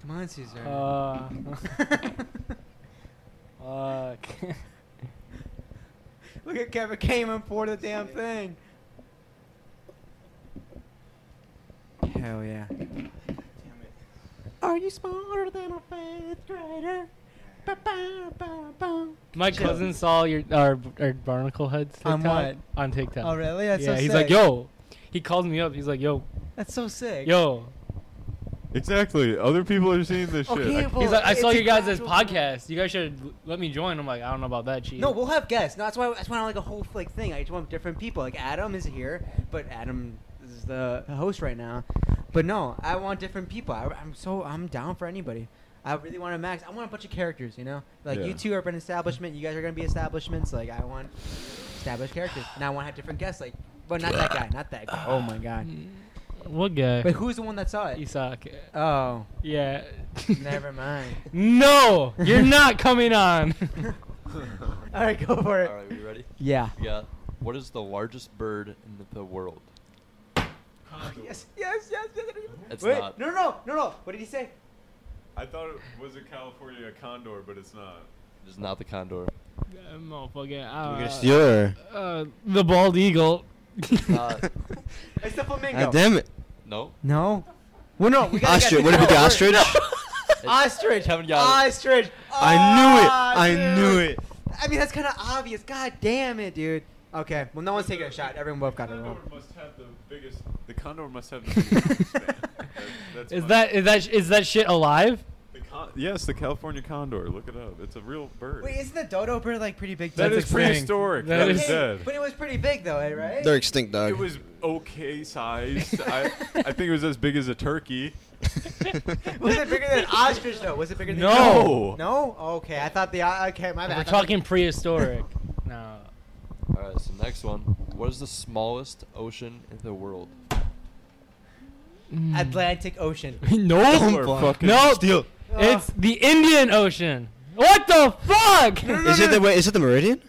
Come on, Caesar.
uh, fuck.
Look at Kevin came and poured the damn thing. Hell yeah. Are you smarter than a fifth grader? Ba-ba-ba-ba.
My
Chill.
cousin saw your our, our barnacle heads TikTok
On what?
on TikTok.
Oh, really? That's
yeah,
so
he's
sick.
like, yo. He calls me up. He's like, yo,
That's so sick.
yo.
Exactly. Other people are seeing this shit.
Okay,
I-
but-
He's like, I
oh, it's
saw
a
you guys'
gradual-
podcast. You guys should l- let me join. I'm like, I don't know about that, cheat.
No, we'll have guests. No, that's why that's why I want like a whole like thing. I just want different people. Like Adam is here, but Adam is the host right now. But no, I want different people. I, I'm so I'm down for anybody. I really want to max. I want a bunch of characters. You know, like
Yeah.
you two are an establishment. You guys are gonna be establishments. Like I want established characters, and I want to have different guests. Like, but not that guy. Not that guy. Oh my god.
What guy?
But who's the one that saw it?
Isak.
Oh,
Yeah.
never mind.
No, you're not coming on.
All right, go for
All
it.
right, we ready?
Yeah.
We got. What is the largest bird in the world?
Yes, yes, yes, yes.
It's
Wait,
not.
no, no, no, no, no. What did he say?
I thought it was a California condor, but it's not.
It's not the condor.
Motherfucking.
You're
Uh,
gonna steal her.
uh, the bald eagle.
Uh,
It's the flamingo.
God damn it.
no.
No. Well, no, we got
Ostrich. What if we
got
get ostrich?
Ostrich.
Kevin got it.
ostrich.
I knew it. I
Ah,
knew
dude.
it.
I mean, that's kind of obvious. God damn it, dude. Okay. Well, no one's taking a shot. Everyone both got it wrong.
must have the biggest. The condor must have the biggest. span. That's- that's
Is
my-
that is that is that shit alive?
The con- yes, the California condor. Look it up. It's a real bird.
Wait, isn't the dodo bird like pretty big?
that
too?
That's
is
extinct.
prehistoric.
That
that
is-
is dead.
But it was pretty big though, eh, right?
They're extinct, dog.
It was okay sized. I, I think it was as big as a turkey.
was it bigger than an ostrich though? Was it bigger than
Oh!
No?
No.
Okay, I thought the okay, my bad. I
We're
thought-
talking prehistoric. no.
All right, so next one. What is the smallest ocean in the world?
Atlantic Ocean.
Or
no.
fucking
No.
Steal.
It's the Indian Ocean. What the fuck?
Is it the wait? Is it the Meridian?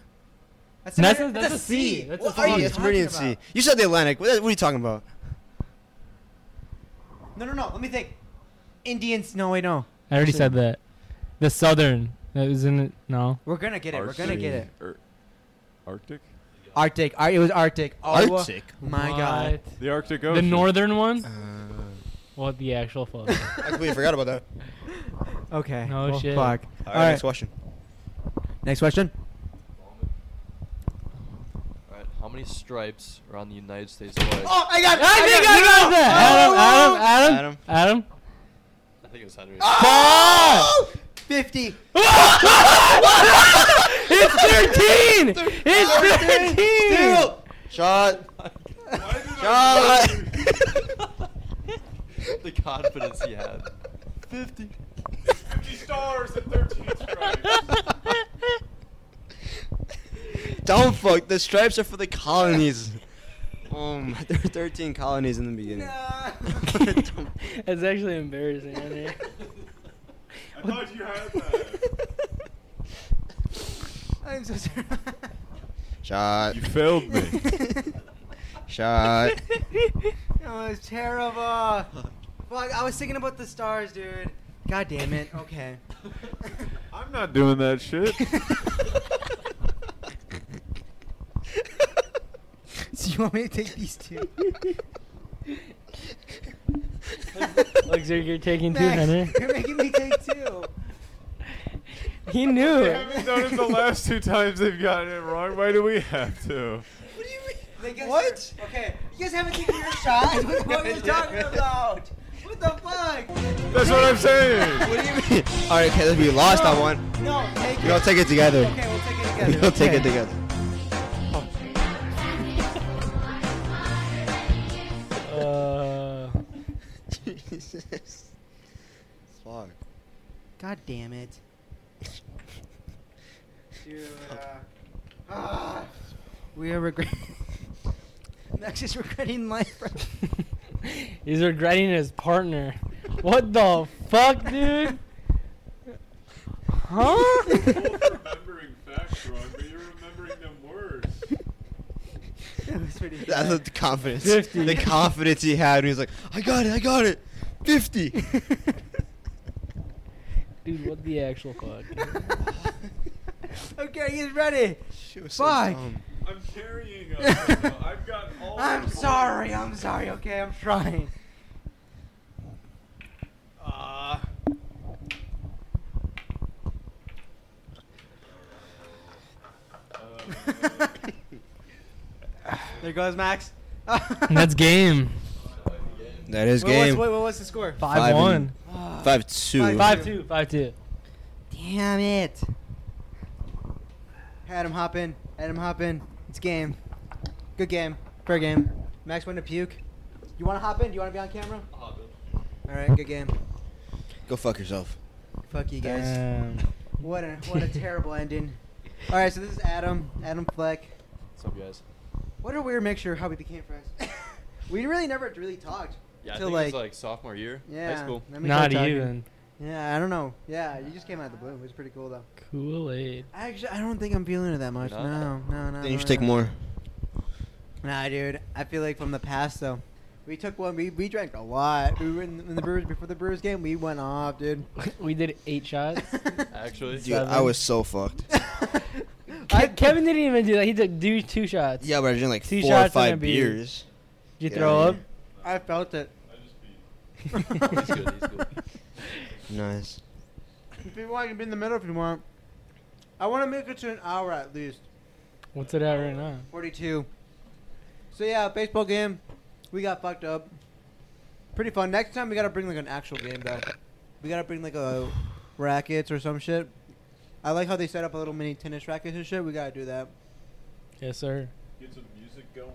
That's,
That's
a,
a- that's a sea. That's a
What
sea.
are
Yeah,
you
it's Meridian
talking
Sea.
about?
You said the Atlantic. What, what are you talking about?
No, no, no. Let me think. Indians. No, wait, no.
I already said that. The southern. That was in it. No.
We're gonna get it. We're gonna get it.
Ar- Er, Arctic?
Arctic. Ar- it was Arctic. Oh,
Arctic.
My God.
What?
The Arctic
The
Ocean.
northern one?
Uh,
What the actual fuck?
I completely forgot about that.
Okay.
No
well,
shit.
Fuck.
All right, next question.
Next question.
All right, how many stripes are on the United States flag?
Oh, I got. Oh,
I think I got Oh, that. Adam, Adam, Adam, Adam.
I think it was Henry.
Ah! Oh! Fifty.
It's 13! It's 13!
Steal. Shot.
Why did I-
Shot.
the confidence he had. 50.
50 stars and 13 stripes.
Don't fuck. The stripes are for the colonies. Um, there were 13 colonies in the beginning.
That's actually embarrassing. Right here.
I thought you had that.
I'm so sorry.
Shot.
You failed me.
Shot.
That was terrible. Fuck, I was thinking about the stars, dude. God damn it. Okay.
I'm not doing that shit.
So you want me to take these two?
Looks like you're taking two, Henry.
Max, you're making me take two.
He knew
We
it.
haven't done it the last two times they've gotten it wrong. Why do we have to?
What do you mean?
What?
Okay, you guys haven't taken your shot. What what are you talking about? What the fuck?
That's what I'm saying.
what do you mean? All right, Caleb, you lost on one.
No, take it.
We'll take it together.
Okay, we'll take it together.
We'll take
Okay.
it together.
Uh,
Jesus. Fuck.
God damn it. Dude, uh, ah, we are regretting.
ah.
Max is regretting life. right now.
he's regretting his partner. What the fuck, dude? Huh?
remembering facts wrong, but you're remembering them worse.
That was pretty
That's
bad.
the confidence.
50.
The confidence he had. He was like, I got it, I got it. 50.
Dude, what the actual fuck?
okay, he's ready.
She was
Fuck.
dumb.
I'm carrying them. I've got all.
I'm sorry. I'm sorry. Okay, I'm trying.
Uh,
there goes Max.
That's game.
That is
What was,
game.
what, what was the score?
Five,
Five
one.
Five two.
Five-
Five two. Five two.
Damn it. Adam hop in. Adam hop in. It's game. Good game. Fair game. Max went to puke. You want to hop in? Do you want to be on camera? All right. Good game.
Go fuck yourself.
Fuck you guys. What a what a terrible ending. All right. So this is Adam. Adam Fleck.
What's up, guys?
What a weird mixture of how we became friends. we really never really talked.
Yeah, I
Till,
think
like-
it was like sophomore year.
Yeah.
High school.
then we
Not
started talking.
even.
Yeah. I don't know. Yeah. You just came out of the blue. It was pretty cool though.
Kool Aid.
Actually, I don't think I'm feeling it that much.
not?
No. No. No.
Then you should
no,
take
no.
more.
Nah, dude. I feel like from the past though, we took one. We, we drank a lot. We were in, in the Brewers before the Brewers game. We went off, dude.
We did eight shots.
Actually,
Dude, I
Seven.
was so fucked.
Ke-
I-
Kevin didn't even do that. He took do two shots.
Yeah, but I drank like
Two
four
shots
or
and a
five
beer.
beers.
Did you
Yeah.
throw up?
I felt it.
I just beat.
he's good. He's good.
Nice.
If you want, you can be in the middle if you want. I want to make it to an hour at least.
What's it at right now?
42. So yeah, baseball game. We got fucked up. Pretty fun. Next time we gotta bring like an actual game though. We gotta bring like a rackets or some shit. I like how they set up a little mini tennis rackets and shit. We gotta do that.
Yes, sir.
Get some music going.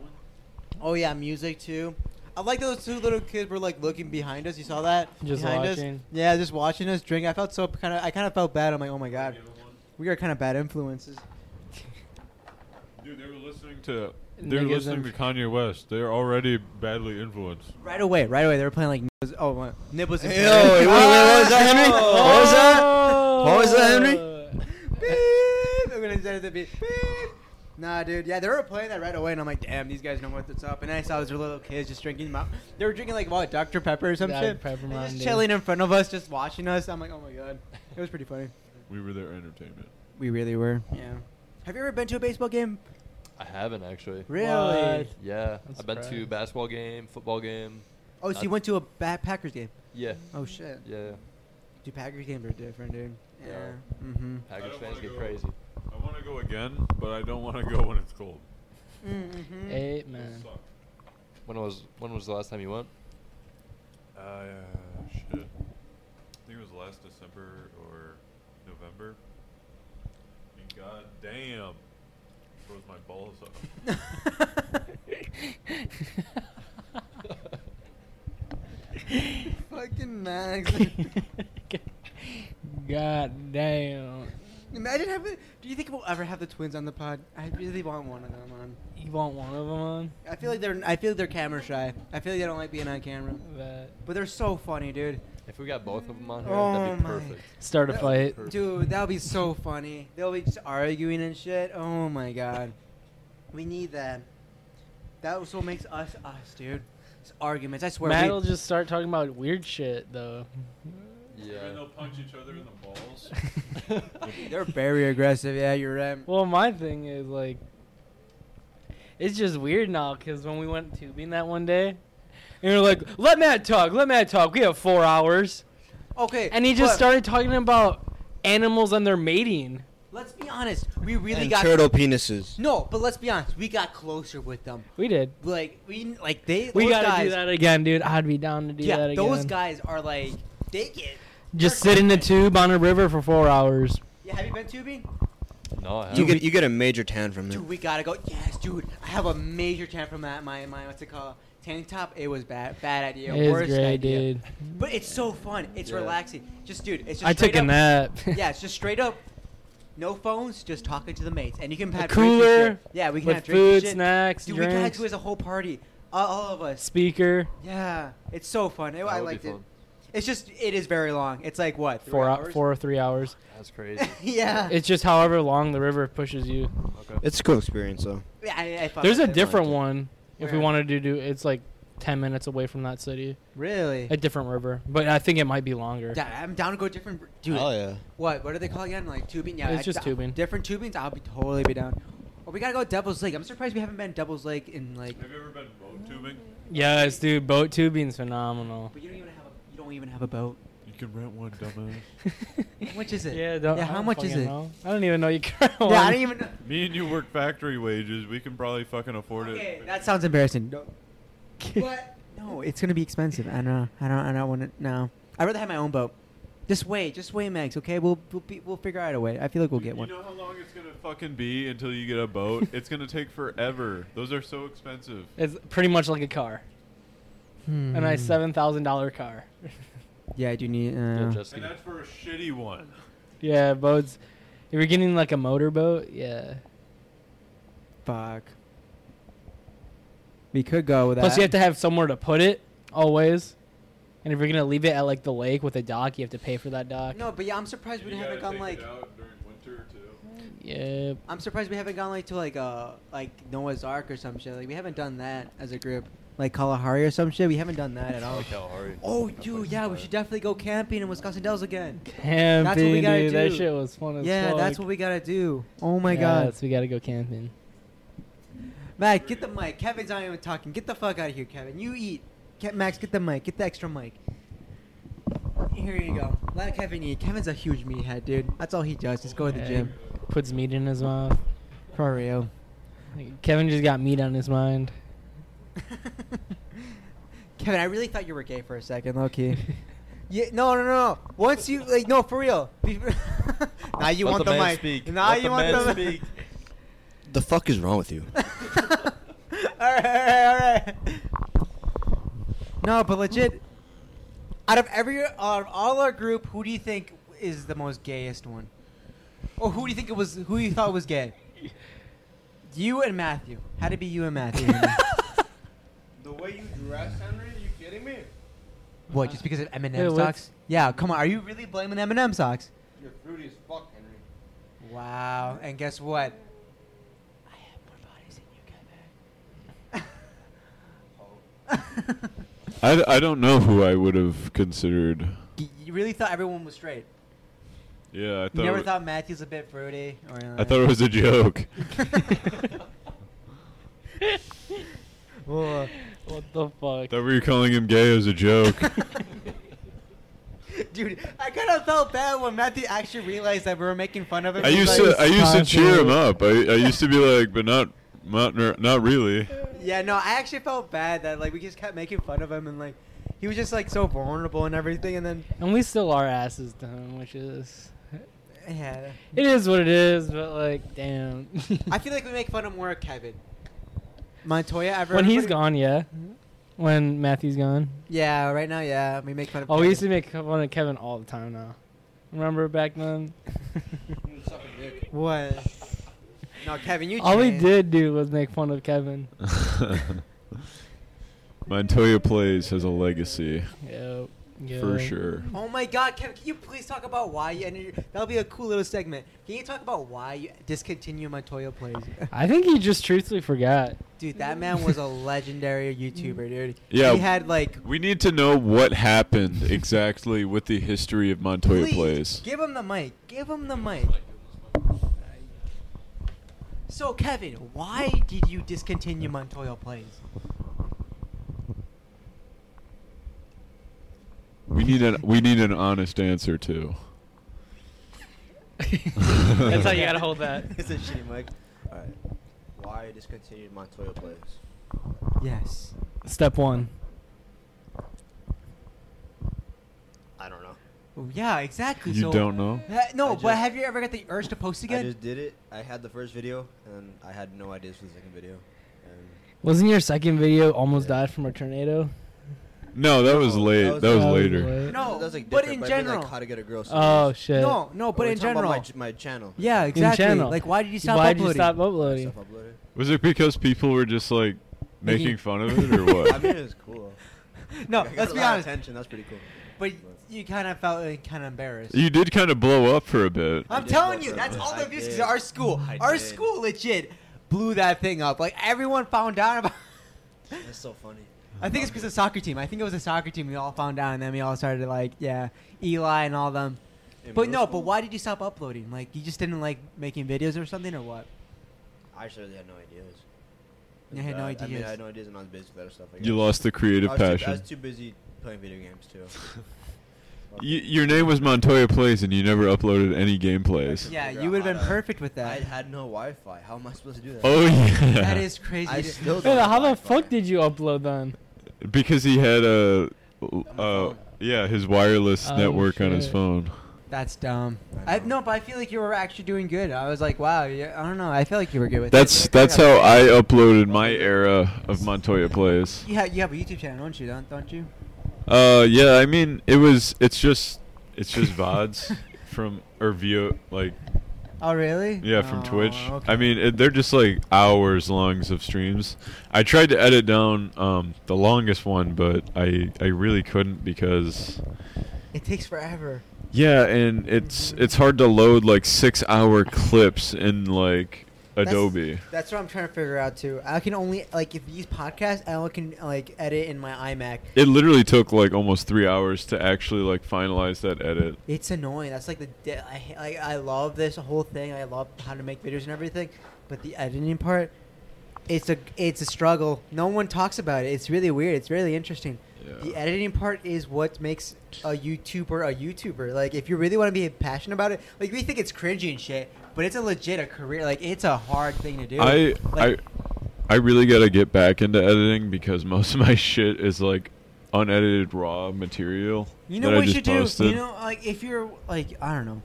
Oh yeah, music too. I like those two little kids were like looking behind us. You saw that?
Just
behind Us.
watching.
Yeah, just watching us drink. I felt so kind of. I kind of felt bad. I'm like, oh my god,
Give 'em one.
we are kind of bad influences.
Dude, they were listening to.
And
They
they
were
give them-
listening to Kanye West. They're already badly influenced.
Right away, right away, they were playing like. Nibbles- Oh, what? Nibbles. and
Ew, wait, wait, wait, what was that, Henry? What was that?
Oh!
What was that, Henry?
beep. I'm gonna say the beep. Beep. Nah, dude. Yeah, they were playing that right away, and I'm like, damn, these guys know what's up. And I saw those little kids just drinking. Mou- They were drinking like what, Dr Pepper or some
Dr.
shit.
Pepper
And
Mountain
just
Dew.
chilling in front of us, just watching us. I'm like, oh my god, it was pretty funny.
We were their entertainment.
We really were. Yeah. Have you ever been to a baseball game?
I haven't actually.
Really?
What?
Yeah,
I'm
I've been to
surprised.
basketball game, football game.
Oh, so you went to a Bat Packers game?
Yeah,
Oh shit.
yeah.
Dude, Packers games are different, dude. Yeah.
Yeah.
Mm-hmm.
Packers
don't
fans
wanna
get
go.
crazy.
I want to go again, but I don't want to go when it's cold.
Mm-hmm.
Eight
It
man.
sucks.
When was when was the last time you went?
Uh, shit. I think it was last December or November. And god damn, froze my balls up.
Fuck Fucking Max.
God damn.
Imagine having. Do you think we'll ever have the twins on the pod? I really want one of them on.
You want one of them on?
I feel like they're. I feel like they're camera shy. I feel like they don't like being on camera.
That
But they're so funny, dude.
If we got both of them on here,
Oh
that'd be
my.
perfect.
start a
That-
fight.
Dude, that would be so funny. They'll be just arguing and shit. Oh my god. We need that. That was what makes us us, dude. It's arguments. I swear.
Matt
we-
will just start talking about weird shit though.
And
Yeah.
they'll punch each other in the balls.
They're very aggressive. Yeah, you're right.
Well, my thing is like, it's just weird now because when we went tubing that one day, and we were like, "Let Matt talk, let Matt talk. We have four hours,"
Okay.
and he just
but
started talking about animals and their mating.
Let's be honest. We really
and
got
turtle penises.
No, but let's be honest. We got closer with them.
We did.
Like we like they.
We
those
gotta
guys,
do that again, dude. I'd be down to do
yeah,
that again.
those guys are like they get.
just
they're
sit in the
crazy.
tube on a river for four hours.
Yeah, have you been tubing?
no, I
You
haven't.
get you get a major tan from it.
Dude, we gotta go. Yes, dude. I have a major tan from that. My my what's it called? Tank top. It was bad. Bad idea.
it was
Worst
great,
idea.
dude.
But it's so fun. It's
Yeah.
relaxing. Just dude. It's just.
I
straight
took a
up-
nap.
yeah, it's just straight up. No phones, just talking to the mates, and you can have drinks and
cooler
shit. Yeah, we can
with
have drinks and
food,
shit.
snacks,
Dude, we can
drinks.
do it as a whole party. All- all of us.
Speaker.
Yeah, it's so fun. It-
That
I
would be
liked it.
fun.
It's just it is very long. It's like what three
Four, hou-
hours?
four or three hours.
That's crazy.
yeah.
It's just however long the river pushes you.
Okay.
It's a cool experience though.
Yeah, I, I fuck
There's a
with it.
different one if we
Where?
wanted to do. It's like ten minutes away from that city,
Really?
a different river, but I think it might be longer.
Da- I'm down to go different. br- Dude,
Oh yeah.
what what are they called again? Like tubing? Yeah,
It's
I-
just
I-
tubing.
Different tubings. I'll be totally be down. Or we gotta go Devil's Lake. I'm surprised we haven't been Devil's Lake in like.
Have you ever been boat tubing?
Yes, dude, boat tubing's phenomenal.
But you don't even have a you don't even have a boat.
You can rent one, dumbass.
How much is it?
Yeah, don't,
yeah.
I
How
don't
much is
fucking
it?
know. I don't even know you can.
Yeah, I don't even. know.
Me and you work factory wages. We can probably fucking afford
Okay,
it.
that sounds embarrassing. No. But no, it's gonna be expensive. I don't know. I don't. I don't want to. No, I'd rather have my own boat. Just wait. Just wait, Max. Okay, we'll we'll, be, we'll figure out a way. I feel like we'll get
you
one.
know how long it's gonna fucking be until you get a boat? it's gonna take forever. Those are so expensive.
It's pretty much like a car, a
Mm.
nice seven thousand dollar car.
Hmm. Yeah, I do need. Uh,
Yeah, Jessica.
And that's for a shitty one.
yeah, boats. If you're getting like a motorboat, yeah.
Fuck. We could go with that.
Plus, you have to have somewhere to put it always. And if you're gonna leave it at like the lake with a dock, you have to pay for that dock.
No, but yeah, I'm surprised we
You
haven't
gotta
gone like.
take it out during winter too.
Yeah.
I'm surprised we haven't gone like to like uh like Noah's Ark or some shit. Like we haven't done that as a group. Like Kalahari or some shit. We haven't done that at all.
Like how hard.
Oh, dude, yeah, we should definitely go camping in Wisconsin Dells again.
Camping,
That's what we gotta
dude. That
do.
shit was fun as
Yeah,
fuck.
that's what we gotta do. Oh my god.
Yes, we gotta go camping.
Max, get the mic. Kevin's not even talking. Get the fuck out of here, Kevin. You eat. Ke- Max, get the mic. Get the extra mic. Here you go. Let Kevin eat. Kevin's a huge meathead, dude. That's all he does. Just go to the
Yeah,
gym.
Puts meat in his mouth.
For real.
Kevin just got meat on his mind.
Kevin, I really thought you were gay for a second, low key. Yeah, no, no, no. Once you like, no, for real. Be- now you
Let
want
the
the,
man
mic.
speak.
Now
Let
you
the
want
man
the
speak.
The fuck is wrong with you?
all right, all right, all right. No, but legit. Out of every, out of all our group, who do you think is the most gayest one? Or who do you think it was? Who you thought was gay? You and Matthew. Had to be you and Matthew.
The way you dress, Henry, you kidding me?
what? Just because of Eminem
Yeah,
m
what-
socks? Yeah. Come on. Are you really blaming Eminem socks?
You're fruity as fuck, Henry.
Wow. And guess what? I have more bodies than you, Kevin.
I, I don't know who I would have considered.
Y- You really thought everyone was straight.
Yeah, I
You
thought.
never
it-
thought Matthew's a bit fruity or anything
I thought it was a joke.
Whoa.
What the fuck?
thought we were calling him gay as a joke.
Dude, I kind of felt bad when Matthew actually realized that we were making fun of him.
I
He's
used
like,
to I used to cheer him
Wisconsin.
up. I, I used to be like, but not not ner- not really.
Yeah, no, I actually felt bad that like we just kept making fun of him and like he was just like so vulnerable and everything. And then
and we still are asses to him, which is
yeah,
it is what it is. But like, damn.
I feel like we make fun of more of Kevin. Montoya ever Hmm?
when he's gone, yeah. when Matthew's gone?
Yeah, right now, yeah, we make fun of.
Oh, we used to make fun of Kevin all the time now. Remember back then?
You would suck a dick.
What? No, Kevin, you.
all we
changed.
did do was make fun of Kevin.
Montoya Plays has a legacy,
Yep.
for
yep.
sure.
Oh my God, Kevin! Can you please talk about why you ended? Your, that'll be a cool little segment. Can you talk about why you discontinue Montoya plays?
I think he just truthfully forgot.
dude, that man was a legendary YouTuber, dude.
Yeah.
He had like.
We need to know what happened exactly with the history of Montoya
Please,
Plays.
give him the mic. Give him the mic. So, Kevin, why did you discontinue Montoya plays?
We need an we need an honest answer too.
That's how you gotta hold that.
it's a shitty mic. All right. Why discontinued Montoya plays?
Yes.
Step one.
I don't know.
Oh, Yeah, exactly.
You
so,
don't know?
Ha- no,
I
but
just-
have you ever got the urge to post
I
again?
just did it. I had the first video, and I had no ideas for the second video. And
Wasn't your second video almost
Yeah.
died from a tornado?
No, that was
No,
late.
that
That was,
was- That
was
later.
late.
No,
that was like
but
different,
in
I mean,
general.
like how to get a girl.
Oh
series.
shit.
no, no, but
We're
in
talking about
general.
my, ch- my channel.
yeah,
Like,
exactly.
channel.
Like, why did you stop
Why did
uploading?
you stop uploading?
stuff uploaded.
Was it because people were just like
Making-
making fun of it or what?
I mean, it was cool.
no,
Like, I got
let's
a
be
lot of
honest.
Attention. That's pretty cool.
But you kind of felt like, kind of embarrassed.
You did kind of blow up for a bit.
I'm
did
telling
blow
you,
it
that's
up.
all the
I
abuse.
did.
Cause our school,
I
our
did.
school, legit blew that thing up. Like everyone found out about.
That's so funny.
I think it's because of the soccer team. I think it was the soccer team. We all found out, and then we all started like, yeah, Eli and all them.
In
But no,
middle
but
school,
why did you stop uploading? Like, you just didn't like making videos or something, or what?
I actually had no ideas.
You had no
Uh, I mean,
ideas.
I had no ideas, and I was busy with other stuff. I guess.
You lost the creative
I was Too, I
passion.
was too busy playing video games too.
Y- your name was Montoya Plays, and you never uploaded any gameplays.
Yeah,
figure
you
out
would
how
have been
to-
perfect with
I
that.
had no Wi-Fi. How am I supposed to do that?
Oh yeah.
That is crazy.
I
dude.
still don't.
Wait,
have
how the
Wi-Fi.
fuck did you upload then?
because he had a, uh,
phone.
yeah, his wireless
Oh,
network on his
shit.
phone.
That's dumb.
I
I,
know.
no, but I feel like you were actually doing good. I was like, wow, yeah, I don't know. I feel like you were good with
That's
it.
that's how I uploaded my era of Montoya Plays.
Yeah, you have a YouTube channel, don't you? Don't don't you?
Uh, yeah. I mean, it was. It's just. It's just vods from or view like
Oh, really?
yeah from
Oh,
Twitch.
okay.
I mean, it, they're just like hours longs of streams. I tried to edit down um the longest one, but I I really couldn't because
it takes forever.
yeah, and it's it's hard to load like six hour clips in like
That's-
Adobe.
That's what I'm trying to figure out too. I can only like if these podcasts, I only can like edit in my iMac.
It literally took like almost three hours to actually like finalize that edit.
It's annoying. That's like the de- I ha- like I love this whole thing. I love how to make videos and everything, but the editing part, it's a it's a struggle. No one talks about it. It's really weird. It's really interesting. The
Yeah.
editing part is what makes a YouTuber a YouTuber. Like if you really want to be passionate about it, like we think it's cringy and shit, but it's a legit a career. Like it's a hard thing to do.
I I
like,
I really gotta get back into editing because most of my shit is like unedited raw material.
You know
that I
what we
just
should
posted.
do? You know, like if you're like I don't know.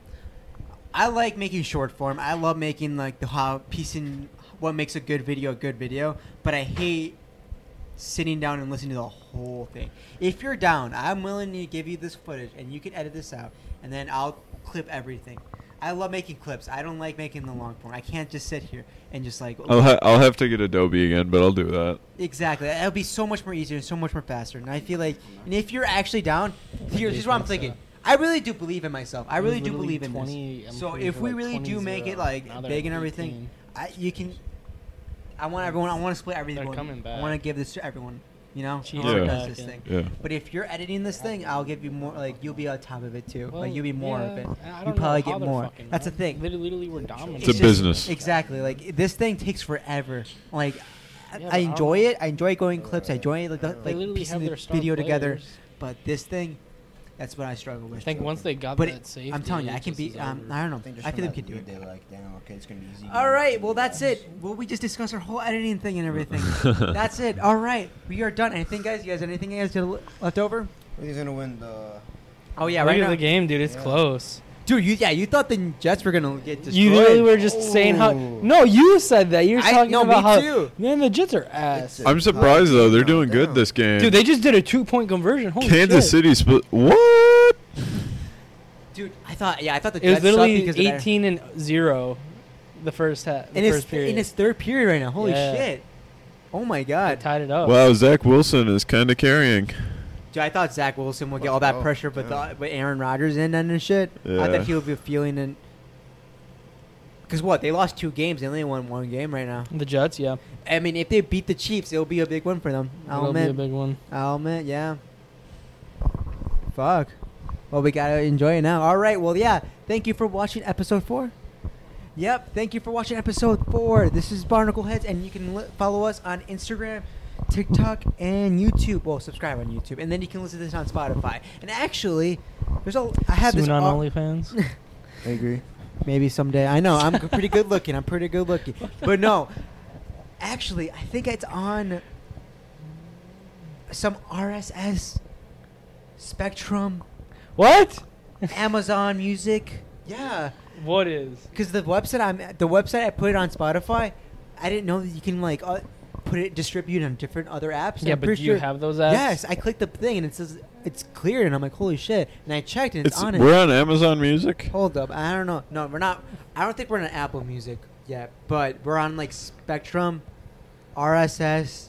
I like making short form. I love making like the how piecing what makes a good video a good video, but I hate sitting down and listening to the whole thing. If you're down, I'm willing to give you this footage and you can edit this out and then I'll clip everything. I love making clips. I don't like making the long form. I can't just sit here and just like
I'll ha- I'll have to get Adobe again, but I'll do that.
Exactly. It'll be so much more easier and so much more faster. And I feel like, and if you're actually down, here's, here's what I'm thinking. I really do believe in myself. I really do believe in this. So if we really do make it like big and everything, I, you can. I want everyone. I want to split everything.
coming
I
back.
want to give this to everyone. You know,
Cheers
whoever
Yeah.
does
back
this
in.
thing.
Yeah.
But if you're editing this thing, I'll give you more. Like you'll be on top of it too. like you'll be more of it. You probably get more. That's the thing.
Literally, we're
It's
dominant.
a
just-
business.
Exactly. Like this thing takes forever. Like I-
Yeah,
I
but
enjoy
our-
it. I enjoy going clips. I enjoy like, the,
They
like
literally have
piecing the
their star
video together.
players.
But this thing, that's what I struggle
I
with.
think once they got
but
that
it-
safety,
I'm telling you,
it
I can
just
be.
is
Um,
over.
I don't know. I
from
think I
that
can do
lead,
it.
They were like, damn, okay, it's gonna be easy.
All right. Well, that's it. Well, we just discussed our whole editing thing and everything. that's it. All right. We are done. Anything, guys? You guys, anything you guys did left over?
He's gonna win the.
Oh yeah,
Look
right
at
now.
the game, dude. It's
Yeah.
close.
Dude, you yeah, you thought the Jets were gonna get destroyed.
You literally were just saying how.
Ooh.
No, you said that. You were
I-
talking
no,
about
me
how.
too.
Man, the Jets are ass.
I'm surprised though; they're doing good this game.
Dude, they just did a two point conversion. Holy
Kansas
shit.
City split. What?
Dude, I thought yeah, I thought the
It
Jets
was literally
sucked because of that.
18 and 0 the first half. The
in his
first period.
in his third period right now. Holy
Yeah.
shit! Oh my
They
god!
tied it up.
Wow, Zach Wilson is kind of carrying.
Dude, I thought Zach Wilson would get
Let's
all that
go.
pressure, but
Yeah.
the, with Aaron Rodgers in and and shit, I
Yeah.
thought he would be feeling and. Cause what they lost two games, they only won one game right now.
The Jets, yeah.
I mean, if they beat the Chiefs, it'll be a big win for them. I'll
That'll be a
admit,
big one.
I'll admit, yeah. Fuck. Well, we gotta enjoy it now. All right. Well, yeah. Thank you for watching episode four. Yep. Thank you for watching episode four. This is Barnacle Heads, and you can li- follow us on Instagram, TikTok, and YouTube. Well, subscribe on YouTube, and then you can listen to this on Spotify. And actually, there's a I have
Soon
this
on
au-
OnlyFans.
I agree.
Maybe someday. I know. I'm g- pretty good looking. I'm pretty good looking. But no, actually, I think it's on some RSS, Spectrum,
what?
Amazon Music. Yeah,
What is?
because the website I'm at- the website I put it on Spotify. I didn't know that you can like uh, put it distribute on different other apps.
Yeah,
I'm
but do
pretty
you
sure-
have those apps?
Yes, I clicked the thing and it says it's cleared, and I'm like, holy shit! And I checked, and it's,
It's
on it.
we're on Amazon Music.
Hold up, I don't know. No, we're not. I don't think we're on Apple Music yet, but we're on like Spectrum, RSS,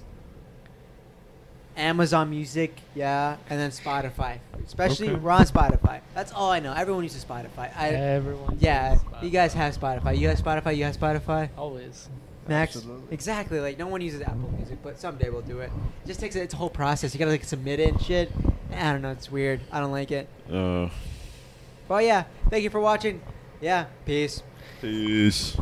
Amazon Music, yeah, and then Spotify. Especially
Okay.
we're on Spotify. That's all I know. Everyone uses Spotify. I,
Everyone.
yeah,
uses Spotify.
you guys have Spotify. You have Spotify. You have Spotify.
Always.
Max,
Absolutely.
exactly. Like no one uses Apple Music, but someday we'll do it. it just takes it's a whole process. You gotta like submit it and shit. I don't know. It's weird. I don't like it.
Uh,
Oh. But yeah, thank you for watching. Yeah, peace.
peace.